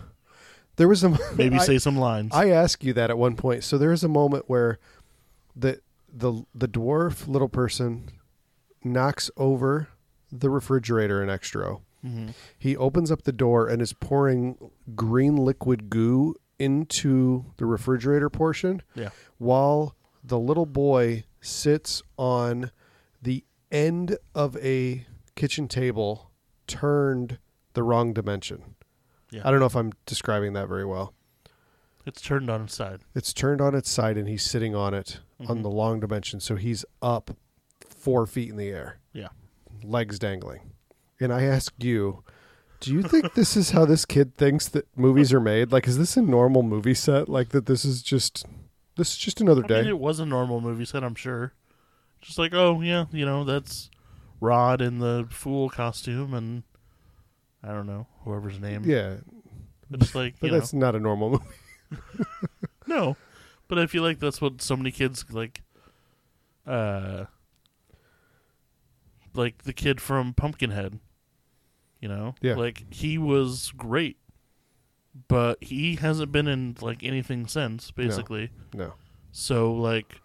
S1: There was a
S2: maybe
S1: I,
S2: say some lines.
S1: I asked you that at one point. So there is a moment where the the the dwarf little person knocks over the refrigerator in Extro.
S2: Mhm.
S1: He opens up the door and is pouring green liquid goo into the refrigerator portion
S2: Yeah,
S1: while the little boy sits on the end of a kitchen table turned the wrong dimension.
S2: Yeah.
S1: I don't know if I'm describing that very well.
S2: it's turned on its side.
S1: It's turned on its side and he's sitting on it
S2: Mm-hmm.
S1: on the long dimension. So he's up four feet in the air,
S2: Yeah,
S1: legs dangling. And I ask you, do you think this is how this kid thinks that movies are made? Like, is this a normal movie set? Like that this is just this is just another
S2: I
S1: day.
S2: mean, it was a normal movie set, I'm sure. Just like, oh yeah, you know, that's Rod in the fool costume and. I don't know whoever's name.
S1: yeah,
S2: but just like
S1: But
S2: you know,
S1: that's not a normal movie.
S2: No, but I feel like that's what so many kids like. Uh, like the kid from Pumpkinhead, you know,
S1: Yeah.
S2: like he was great, but he hasn't been in like anything since, basically.
S1: No.
S2: So like,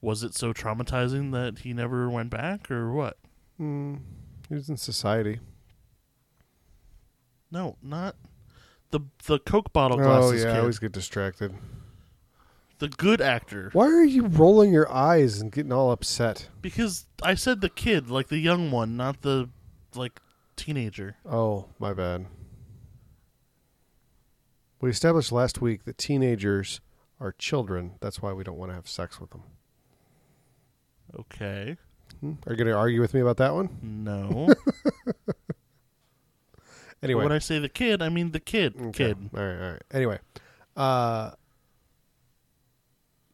S2: was it so traumatizing that he never went back, or what?
S1: Mm, he was in Society.
S2: No, not the the Coke bottle
S1: Oh,
S2: glasses
S1: yeah. I
S2: kid,
S1: always get distracted.
S2: the good actor.
S1: Why are you rolling your eyes and getting all upset?
S2: Because I said the kid, like the young one, not the like teenager.
S1: Oh, my bad. We established last week that teenagers are children. That's why we don't want to have sex with them.
S2: Okay.
S1: Hmm? Are you going to argue with me about that one?
S2: No.
S1: Anyway,
S2: When I say the kid, I mean the kid.
S1: Okay.
S2: Kid.
S1: All right, all right. Anyway, uh,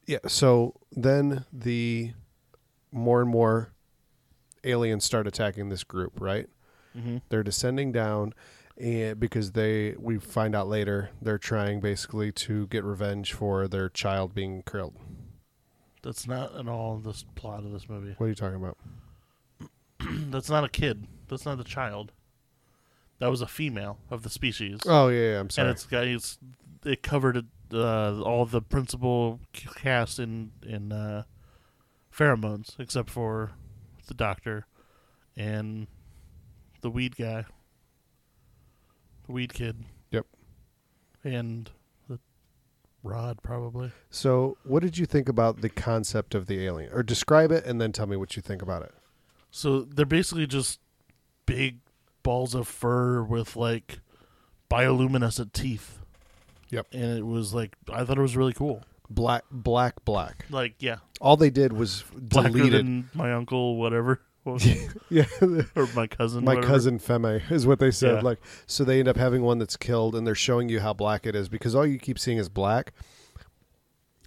S1: yeah. So then the more and more aliens start attacking this group, right?
S2: hmm
S1: They're descending down, and because they, we find out later, they're trying basically to get revenge for their child being killed.
S2: That's not at all the s- plot of this movie.
S1: What are you talking about?
S2: That's not a kid. That's not a child. That was a female of the species.
S1: Oh yeah, yeah I'm sorry.
S2: and it's got it's, it covered uh, all the principal c- cast in in uh, pheromones except for the doctor and the weed guy, the weed kid.
S1: Yep.
S2: And the rod probably.
S1: so, what did you think about the concept of the alien, or describe it, and then tell me what you think about it?
S2: So they're basically just big balls of fur with like bioluminescent teeth.
S1: Yep.
S2: And it was like I thought it was really cool.
S1: Black, black, black.
S2: Like yeah,
S1: All they did was
S2: blacker
S1: deleted
S2: than my uncle, whatever, or
S1: Yeah,
S2: my cousin.
S1: my
S2: whatever.
S1: cousin Femme is what they said.
S2: Yeah.
S1: Like, so they end up having one that's killed, and they're showing you how black it is because all you keep seeing is black,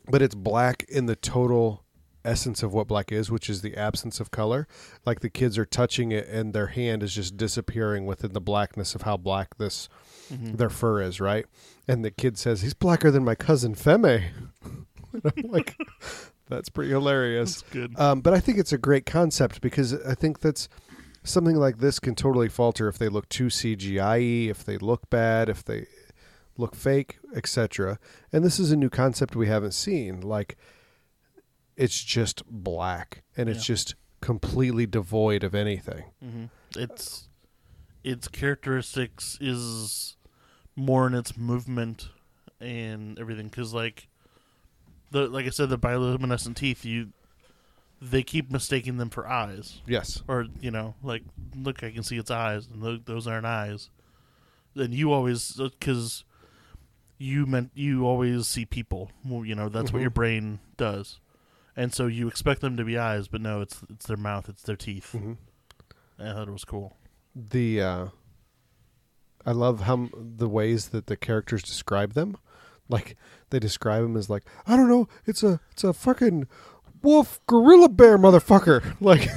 S1: but it's black in the total essence of what black is, which is the absence of color. Like the kids are touching it, and their hand is just disappearing within the blackness of how black this
S2: Mhm.
S1: their fur is, right? And the kid says he's blacker than my cousin Femme. and I'm like, that's pretty hilarious.
S2: That's good.
S1: Um, but I think it's a great concept because I think that's something like this can totally falter if they look too CGI, if they look bad, if they look fake, etc. And this is a new concept we haven't seen. Like it's just black and it's
S2: Yeah.
S1: just completely devoid of anything.
S2: hmm It's its characteristics is more in its movement and everything because like the like I said, the bioluminescent teeth you they keep mistaking them for eyes.
S1: Yes.
S2: or you know, like look, I can see its eyes, and tho- those aren't eyes. Then you always because you meant you always see people. Well, you know that's what
S1: Mhm.
S2: your brain does, and so you expect them to be eyes, but no, it's it's their mouth, it's their teeth.
S1: hmm
S2: I thought it was cool.
S1: The uh, I love how m- the ways that the characters describe them. Like they describe him as like I don't know, it's a it's a fucking wolf gorilla bear motherfucker. Like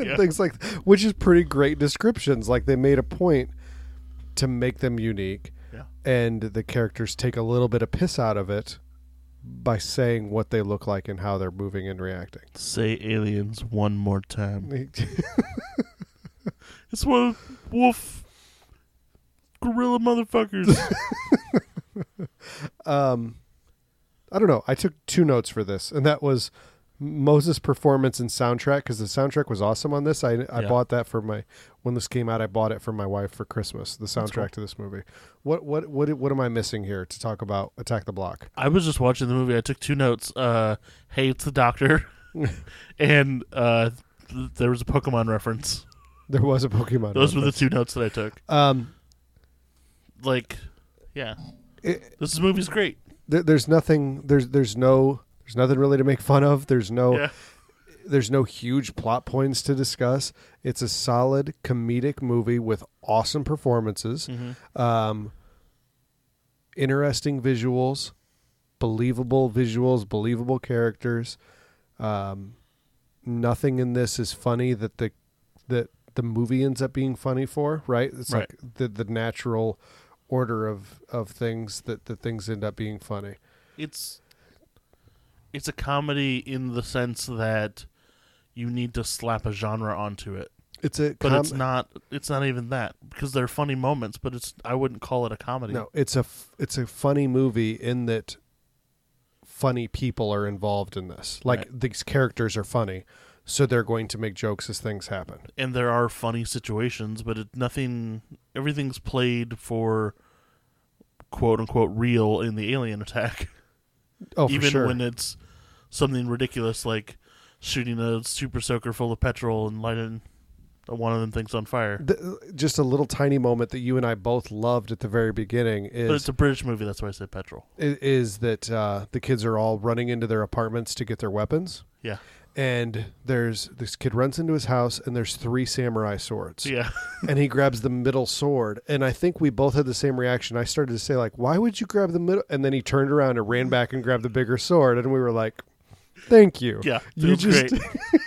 S2: Yeah.
S1: things like which is pretty great descriptions like they made a point to make them unique
S2: Yeah.
S1: and the characters take a little bit of piss out of it by saying what they look like and how they're moving and reacting
S2: Say aliens one more time. It's one of the wolf gorilla motherfuckers.
S1: um i don't know i took two notes for this and that was moses performance and soundtrack because the soundtrack was awesome on this i, I
S2: Yeah.
S1: bought that for my when this came out i bought it for my wife for christmas the
S2: cool.
S1: soundtrack to this movie what what what what am i missing here to talk about attack the block
S2: I was just watching the movie. I took two notes. Uh, hey, it's the doctor, and uh, th- there was a Pokemon reference.
S1: there was a pokemon
S2: Those were the
S1: reference.
S2: two notes that I took.
S1: um
S2: Like, yeah,
S1: it,
S2: this movie's great.
S1: there, there's nothing there's there's no there's nothing really to make fun of there's no
S2: Yeah,
S1: there's no huge plot points to discuss it's a solid comedic movie with awesome performances
S2: Mhm.
S1: um interesting visuals believable visuals believable characters um nothing in this is funny that the that the movie ends up being funny for right it's
S2: Right.
S1: like the the natural order of of things that the things end up being funny
S2: it's it's a comedy in the sense that you need to slap a genre onto it,
S1: It's a
S2: but
S1: com-
S2: it's not. It's not even that because there are funny moments, but it's. I wouldn't call it a comedy.
S1: no. It's a f- it's a funny movie in that funny people are involved in this. Like
S2: Right.
S1: these characters are funny, so they're going to make jokes as things happen.
S2: and there are funny situations, but it, nothing. Everything's played for quote unquote real in the alien attack,
S1: Oh, for
S2: even
S1: sure.
S2: when it's something ridiculous like shooting a super soaker full of petrol and lighting one of them thinks on fire.
S1: The, just a little tiny moment that you and I both loved at the very beginning
S2: But
S1: is
S2: it's a British movie, that's why I said petrol.
S1: i- is that uh, the kids are all running into their apartments to get their weapons,
S2: Yeah,
S1: and there's this kid runs into his house, and there's three samurai swords,
S2: yeah,
S1: and he grabs the middle sword, and I think we both had the same reaction. I started to say like, "Why would you grab the middle?" And then he turned around and ran back and grabbed the bigger sword, and we were like, "Thank you,
S2: yeah.
S1: You
S2: It was
S1: just
S2: great.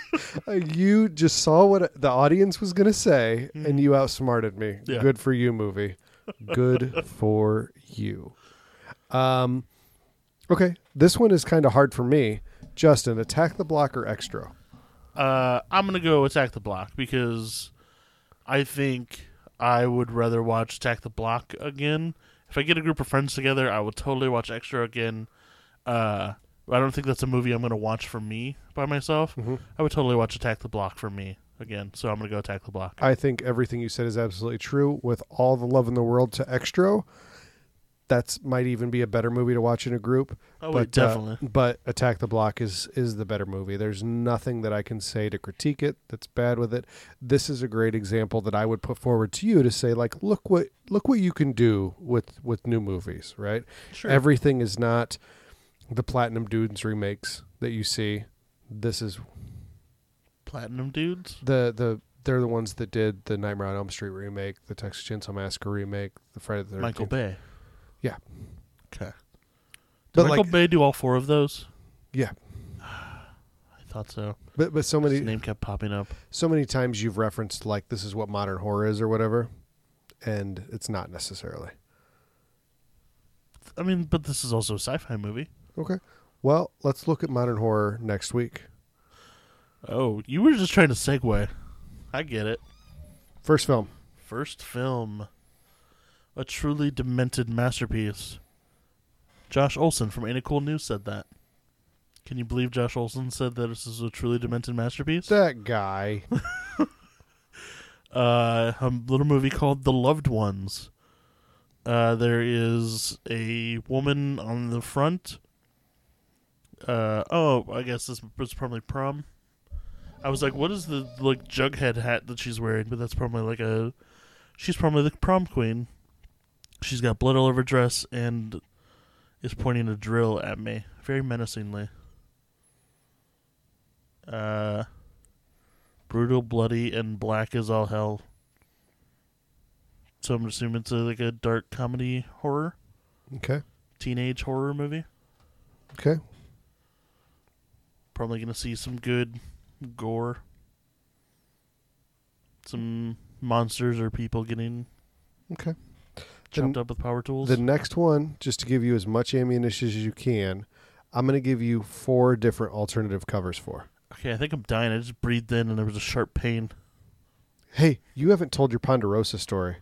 S1: Uh, you just saw what the audience was going to say and you outsmarted me.
S2: Hmm. Yeah.
S1: Good for you, movie. Good for you. Um, okay, this one is kind of hard for me. Justin, attack the block or extra?
S2: Uh, I'm gonna go Attack the Block because I think I would rather watch Attack the Block again. If I get a group of friends together, I would totally watch Extra again. Uh, I don't think that's a movie I'm gonna watch for me by myself.
S1: Mm-hmm.
S2: I would totally watch Attack the Block for me again. So I'm gonna go Attack the Block.
S1: I think everything you said is absolutely true. With all the love in the world to extra, that's might even be a better movie to watch in a group.
S2: Oh,
S1: but,
S2: wait, definitely.
S1: uh, but Attack the Block is is the better movie. There's nothing that I can say to critique it that's bad with it. This is a great example that I would put forward to you to say like, look what look what you can do with with new movies, right?
S2: Sure.
S1: Everything is not the Platinum Dudes remakes that you see. This is
S2: Platinum dudes.
S1: the the they're the ones that did the Nightmare on Elm Street remake, the Texas Chainsaw Massacre remake, the Friday the 13th.
S2: Michael Bay.
S1: Yeah.
S2: Okay. Did
S1: But
S2: Michael
S1: like-
S2: Bay do all four of those?
S1: Yeah.
S2: I thought so.
S1: But but so
S2: His
S1: many
S2: name kept popping up.
S1: so many times you've referenced like this is what modern horror is or whatever, and it's not necessarily.
S2: I mean, but this is also a sci-fi movie.
S1: Okay. Well, let's look at modern horror next week.
S2: Oh, you were just trying to segue. I get it.
S1: First film.
S2: First film, a truly demented masterpiece. Josh Olson from Ain't It Cool News said that. Can you believe Josh Olson said that this is a truly demented masterpiece?
S1: That guy.
S2: uh, a little movie called The Loved Ones. Uh, there is a woman on the front. Uh, oh, I guess this was probably prom. I was like, what is the like jughead hat that she's wearing? But that's probably like a, she's probably the prom queen. She's got blood all over her dress and is pointing a drill at me very menacingly. Uh, brutal, bloody, and black as all hell. So I'm assuming it's a, like a dark comedy horror,
S1: Okay.
S2: teenage horror movie.
S1: Okay.
S2: Probably gonna see some good gore, some monsters or people getting
S1: Okay.
S2: chopped up with power tools.
S1: The next one, just to give you as much ammunition as you can, I'm going to give you four different alternative covers for.
S2: okay, I think I'm dying. I just breathed in and there was a sharp pain.
S1: Hey, you haven't told your Ponderosa story.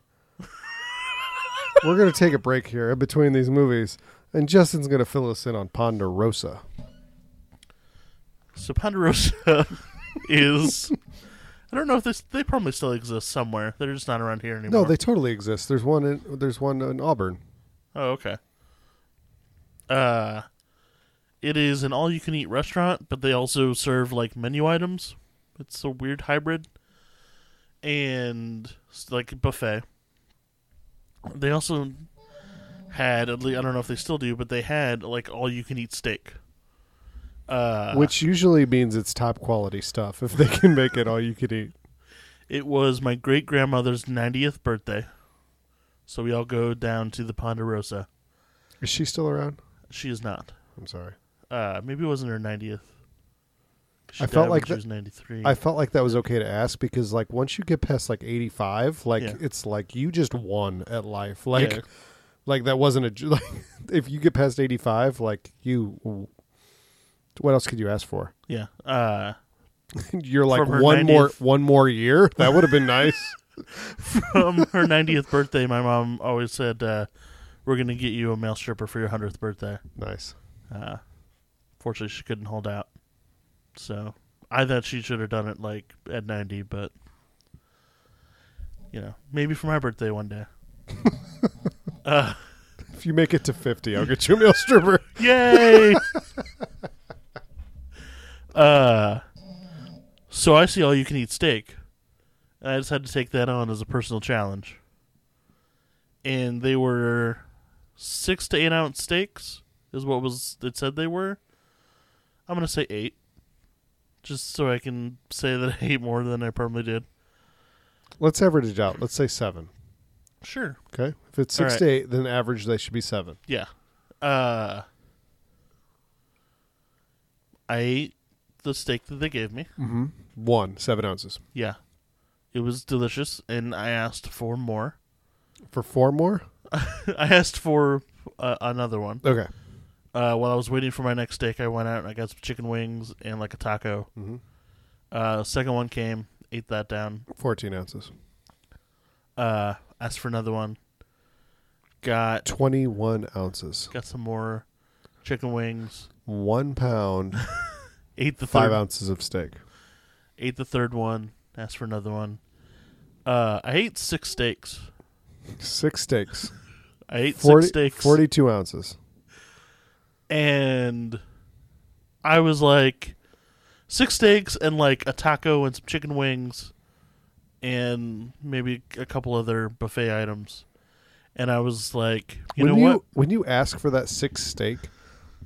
S1: We're going to take a break here in between these movies, and Justin's going to fill us in on Ponderosa.
S2: So Ponderosa is. I don't know if this. They probably still exist somewhere. They're just not around here anymore.
S1: No, they totally exist. There's one in there's one in Auburn.
S2: Oh, okay. Uh it is an all you can eat restaurant, but they also serve like menu items. It's a weird hybrid. And it's like a buffet. They also had at least I don't know if they still do, but they had like all you can eat steak. Uh
S1: which usually means it's top quality stuff if they can make it all you could eat.
S2: It was my great grandmother's 90th birthday. So we all go down to the Ponderosa.
S1: Is she still around?
S2: She is not.
S1: I'm sorry.
S2: uh maybe it wasn't her 90th she
S1: I felt
S2: died
S1: like
S2: when she
S1: that-
S2: was 93
S1: I felt like that was okay to ask because like once you get past like 85, like
S2: Yeah.
S1: it's like you just won at life. Like
S2: Yeah.
S1: like that wasn't a j- like if you get past 85, like you what else could you ask for?
S2: yeah uh
S1: You're like
S2: From her
S1: one more
S2: 90th.
S1: one more year. That would have been nice.
S2: from her 90th birthday my mom always said uh we're gonna get you a male stripper for your 100th birthday
S1: nice.
S2: uh fortunately she couldn't hold out so i thought she should have done it like at 90 but you know maybe for my birthday one day uh
S1: If you make it to 50, I'll get you a meal stripper.
S2: Yay! uh, so I see all you can eat steak, And I just had to take that on as a personal challenge. And they were six to eight ounce steaks is what was it said they were. I'm gonna say eight. Just so I can say that I ate more than I probably did.
S1: Let's average it out. Let's say seven.
S2: Sure.
S1: Okay. If it's six
S2: All right.
S1: to eight, then average they should be seven.
S2: Yeah. Uh I ate the steak that they gave me.
S1: Mm-hmm. One, seven ounces.
S2: Yeah. It was delicious and I asked for more.
S1: For four more?
S2: I asked for uh, another one.
S1: Okay.
S2: Uh, while I was waiting for my next steak, I went out and I got some chicken wings and like a taco.
S1: Mm-hmm.
S2: Uh, second one came, ate that down.
S1: 14 ounces.
S2: Uh, asked for another one. Got
S1: 21 ounces.
S2: got some more chicken wings.
S1: One pound,
S2: Ate the
S1: five
S2: third.
S1: ounces of steak.
S2: Ate the third one. Asked for another one. Uh, I ate six steaks.
S1: Six steaks.
S2: I ate
S1: 40
S2: six steaks.
S1: 42 ounces.
S2: and I was like six steaks and like a taco and some chicken wings and maybe a couple other buffet items. And I was like, you
S1: when
S2: know
S1: you,
S2: what?
S1: When you ask for that sixth steak,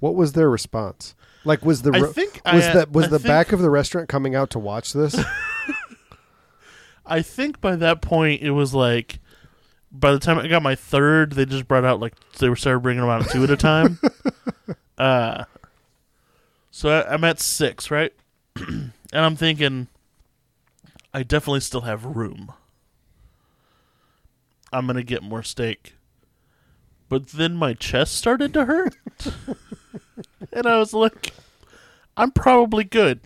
S1: what was their response? Like, was the
S2: I
S1: re-
S2: think I- uh,
S1: was that was
S2: I
S1: the
S2: think-
S1: back of the restaurant coming out to watch this?
S2: I think by that point it was like by the time I got my third, they just brought out like they were started bringing them out two at a time. uh, so I, I'm at six, right? and I'm thinking, I definitely still have room. I'm gonna get more steak, but then my chest started to hurt, and I was like, I'm probably good.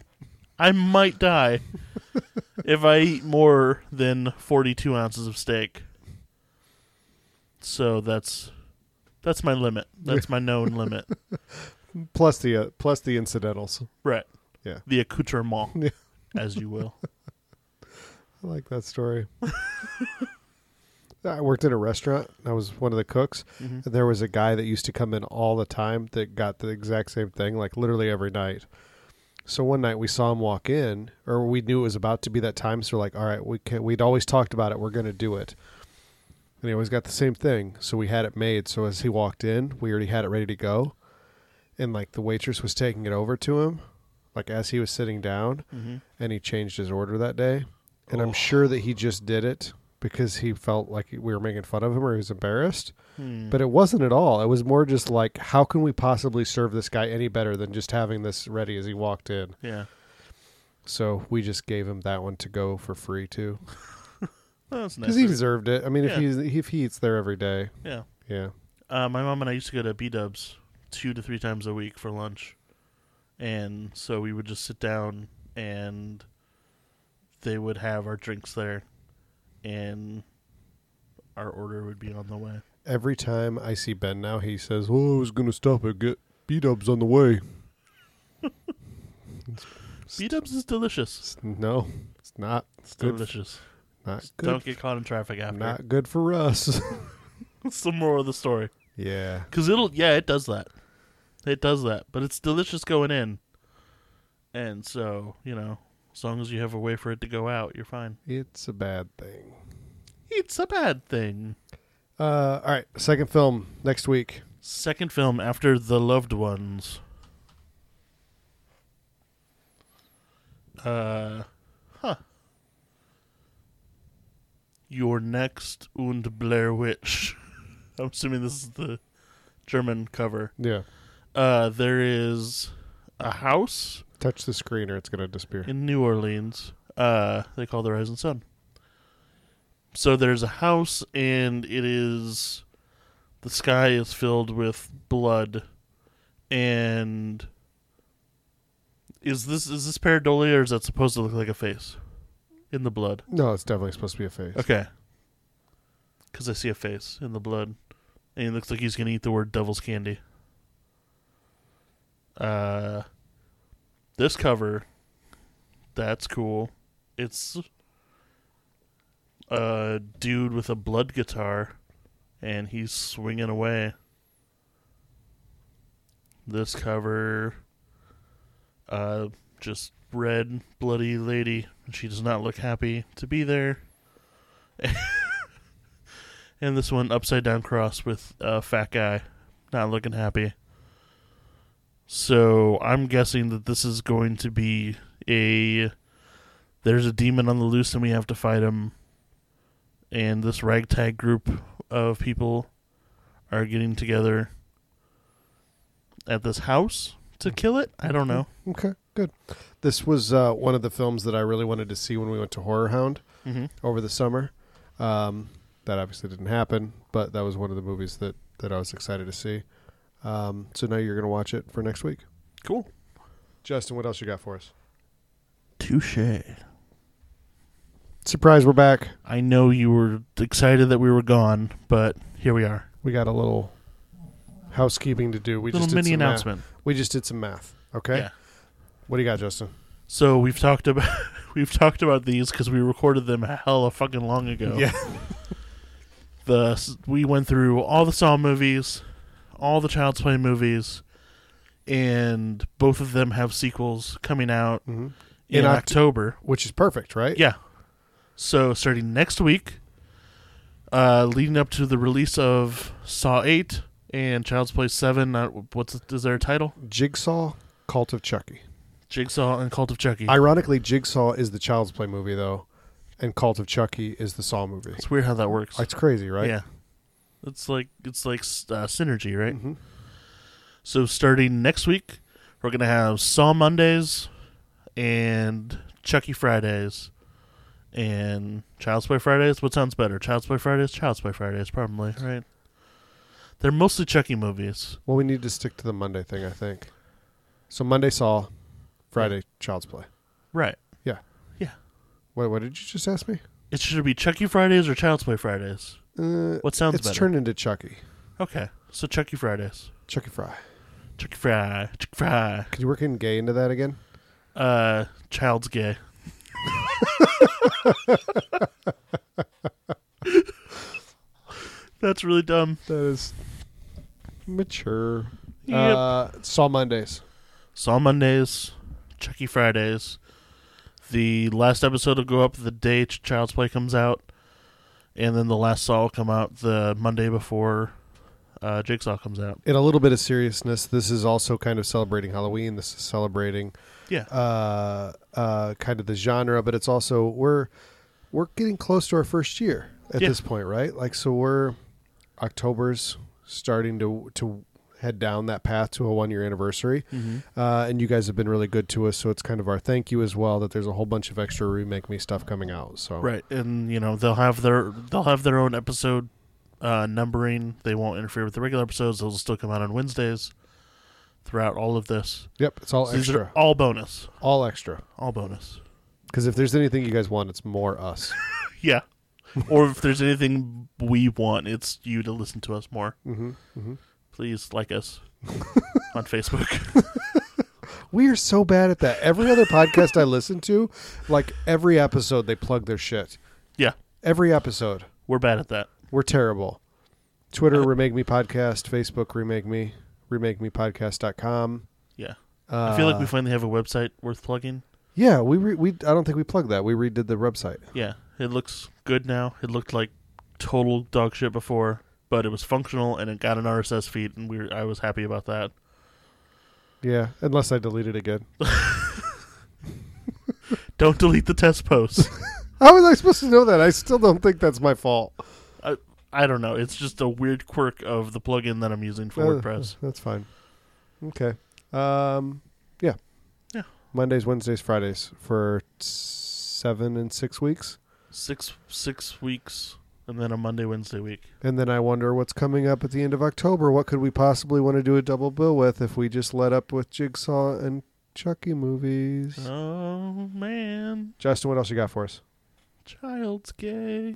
S2: I might die if I eat more than 42 ounces of steak. So that's that's my limit. That's my known limit.
S1: plus the uh, plus the incidentals.
S2: Right.
S1: Yeah.
S2: The accoutrement,
S1: Yeah.
S2: as you will.
S1: I like that story. I worked in a restaurant. I was one of the cooks,
S2: Mhm.
S1: and there was a guy that used to come in all the time that got the exact same thing, like literally every night. So one night we saw him walk in, or we knew it was about to be that time. So we're like, all right, we can, we'd always talked about it. We're going to do it. And he always got the same thing. So we had it made. So as he walked in, we already had it ready to go. And like the waitress was taking it over to him, like as he was sitting down
S2: Mm-hmm.
S1: and he changed his order that day. And
S2: Oh.
S1: I'm sure that he just did it because he felt like we were making fun of him or he was embarrassed.
S2: Mm-hmm.
S1: But it wasn't at all. It was more just like, how can we possibly serve this guy any better than just having this ready as he walked in?
S2: yeah,
S1: So we just gave him that one to go for free too
S2: Well, that's nice.
S1: because he deserved it. I mean,
S2: Yeah.
S1: if he's if he eats there every day,
S2: yeah.
S1: yeah.
S2: Uh, my mom and I used to go to B Dubs two to three times a week for lunch, and so we would just sit down and they would have our drinks there, and our order would be on the way.
S1: Every time I see Ben now, he says, "Well, I was gonna stop and get B Dubs on the way."
S2: B Dubs is delicious.
S1: It's- no, it's not. It's good.
S2: delicious.
S1: Not
S2: Don't
S1: good.
S2: get caught in traffic after.
S1: Not good for us.
S2: Some more of the story.
S1: yeah.
S2: Because it'll, yeah, it does that. It does that. But it's delicious going in. And so, you know, as long as you have a way for it to go out, you're fine.
S1: It's a bad thing.
S2: It's a bad thing.
S1: Uh, all right, second film next week.
S2: Second film after The Loved Ones. Uh, huh. Your next und Blair Witch. I'm assuming this is the German cover.
S1: Yeah,
S2: Uh, there is a house
S1: touch the screen or it's gonna disappear.
S2: in New Orleans. Uh, they call the Rising Sun. So there's a house, and it is the sky is filled with blood, and is this is this pareidolia or is that supposed to look like a face in the blood?
S1: No, it's definitely supposed to be a face.
S2: Okay, because I see a face in the blood, and it looks like he's gonna eat the word devil's candy. Uh, this cover, that's cool. It's a dude with a blood guitar, and he's swinging away. This cover, uh, just red, bloody lady. and She does not look happy to be there. and this one upside down cross with a fat guy, not looking happy. So I'm guessing that this is going to be a there's a demon on the loose and we have to fight him. And this ragtag group of people are getting together at this house to kill it. I don't know.
S1: Okay, good. This was uh, one of the films that I really wanted to see when we went to Horror Hound
S2: Mm-hmm.
S1: over the summer. Um, that obviously didn't happen, but that was one of the movies that, that I was excited to see. Um, so now you're going to watch it for next week.
S2: Cool.
S1: Justin, what else you got for us?
S2: Touche.
S1: Surprise, we're back.
S2: I know you were excited that we were gone, but here we are.
S1: We got a little housekeeping to do. We
S2: Little
S1: just did
S2: mini
S1: some
S2: announcement.
S1: Math. We just did some math. Okay.
S2: Yeah.
S1: What do you got, Justin?
S2: So we've talked about we've talked about these because we recorded them hella fucking long ago. The we went through all the Saw movies, all the Child's Play movies, and both of them have sequels coming out
S1: Mhm. In
S2: in,
S1: Oct-
S2: October.
S1: Which is perfect, right?
S2: Yeah. So starting next week, uh, leading up to the release of Saw Eight and Child's Play Seven. Uh, what's is their title?
S1: Jigsaw, Cult of Chucky.
S2: Jigsaw and Cult of Chucky.
S1: Ironically, Jigsaw is the Child's Play movie, though, and Cult of Chucky is the Saw movie.
S2: it's weird how that works.
S1: It's crazy, right?
S2: Yeah. It's like it's like uh, synergy, right?
S1: Mhm.
S2: So starting next week, we're gonna have Saw Mondays and Chucky Fridays and Child's Play Fridays. What sounds better? Child's Play Fridays, Child's Play Fridays, probably, right? They're mostly Chucky movies.
S1: Well, we need to stick to the Monday thing, I think. So Monday Saw, Friday Child's Play.
S2: Right.
S1: Wait, what did you just ask me?
S2: It should be Chucky Fridays or Child's Play Fridays.
S1: Uh,
S2: What sounds
S1: it's
S2: better?
S1: turned into Chucky.
S2: okay. So Chucky Fridays.
S1: Chucky Fry.
S2: Chucky Fry. Chucky Fry.
S1: Could you work in gay into that again?
S2: Uh child's gay. That's really dumb.
S1: That is mature.
S2: Yep.
S1: Uh, Saw Mondays.
S2: Saw Mondays, Chucky Fridays. The last episode will go up the day Ch- Child's Play comes out, and then the last Saw will come out the Monday before uh, Jigsaw comes out.
S1: In a little bit of seriousness, this is also kind of celebrating Halloween. This is celebrating
S2: Yeah,
S1: uh, uh, kind of the genre, but it's also we're we're getting close to our first year at
S2: Yeah.
S1: this point, right? Like, so we're October's starting to to head down that path to a one year anniversary, uh, and you guys have been really good to us, so it's kind of our thank you as well that there's a whole bunch of extra remake me stuff coming out. So
S2: right. And you know they'll have their they'll have their own episode uh, numbering. They won't interfere with the regular episodes. They'll still come out on Wednesdays throughout all of this.
S1: yep, it's all
S2: So These are
S1: extra,
S2: all bonus.
S1: all extra.
S2: All bonus.
S1: Because if there's anything you guys want, it's more us.
S2: Yeah. or if there's anything we want, it's you to listen to us more.
S1: hmm hmm
S2: please like us on Facebook.
S1: We are so bad at that. Every other podcast I listen to, like every episode, they plug their shit.
S2: Yeah,
S1: Every episode,
S2: we're bad at that.
S1: we're terrible.
S2: Uh,
S1: Twitter, Remake Me Podcast. Facebook, Remake Me. Remake Me Podcast.com.
S2: Yeah.
S1: Uh,
S2: I feel like we finally have a website worth plugging.
S1: Yeah, we, re- we, I don't think we plugged that. We redid the website.
S2: Yeah, it looks good now. It looked like total dog shit before, but it was functional and it got an RSS feed, and we were, I was happy about that.
S1: Yeah, unless I deleted it again.
S2: Don't delete the test posts.
S1: How was I supposed to know that? I still don't think that's my fault.
S2: I, I don't know. It's just a weird quirk of the plugin that I'm using for
S1: Uh,
S2: WordPress.
S1: That's fine. Okay. Um, yeah.
S2: Yeah.
S1: Mondays, Wednesdays, Fridays for seven and six weeks.
S2: Six six weeks, and then a Monday Wednesday week.
S1: And then I wonder what's coming up at the end of October. What could we possibly want to do a double bill with if we just let up with Jigsaw and Chucky movies?
S2: Oh man,
S1: Justin, what else you got for us?
S2: child's gay.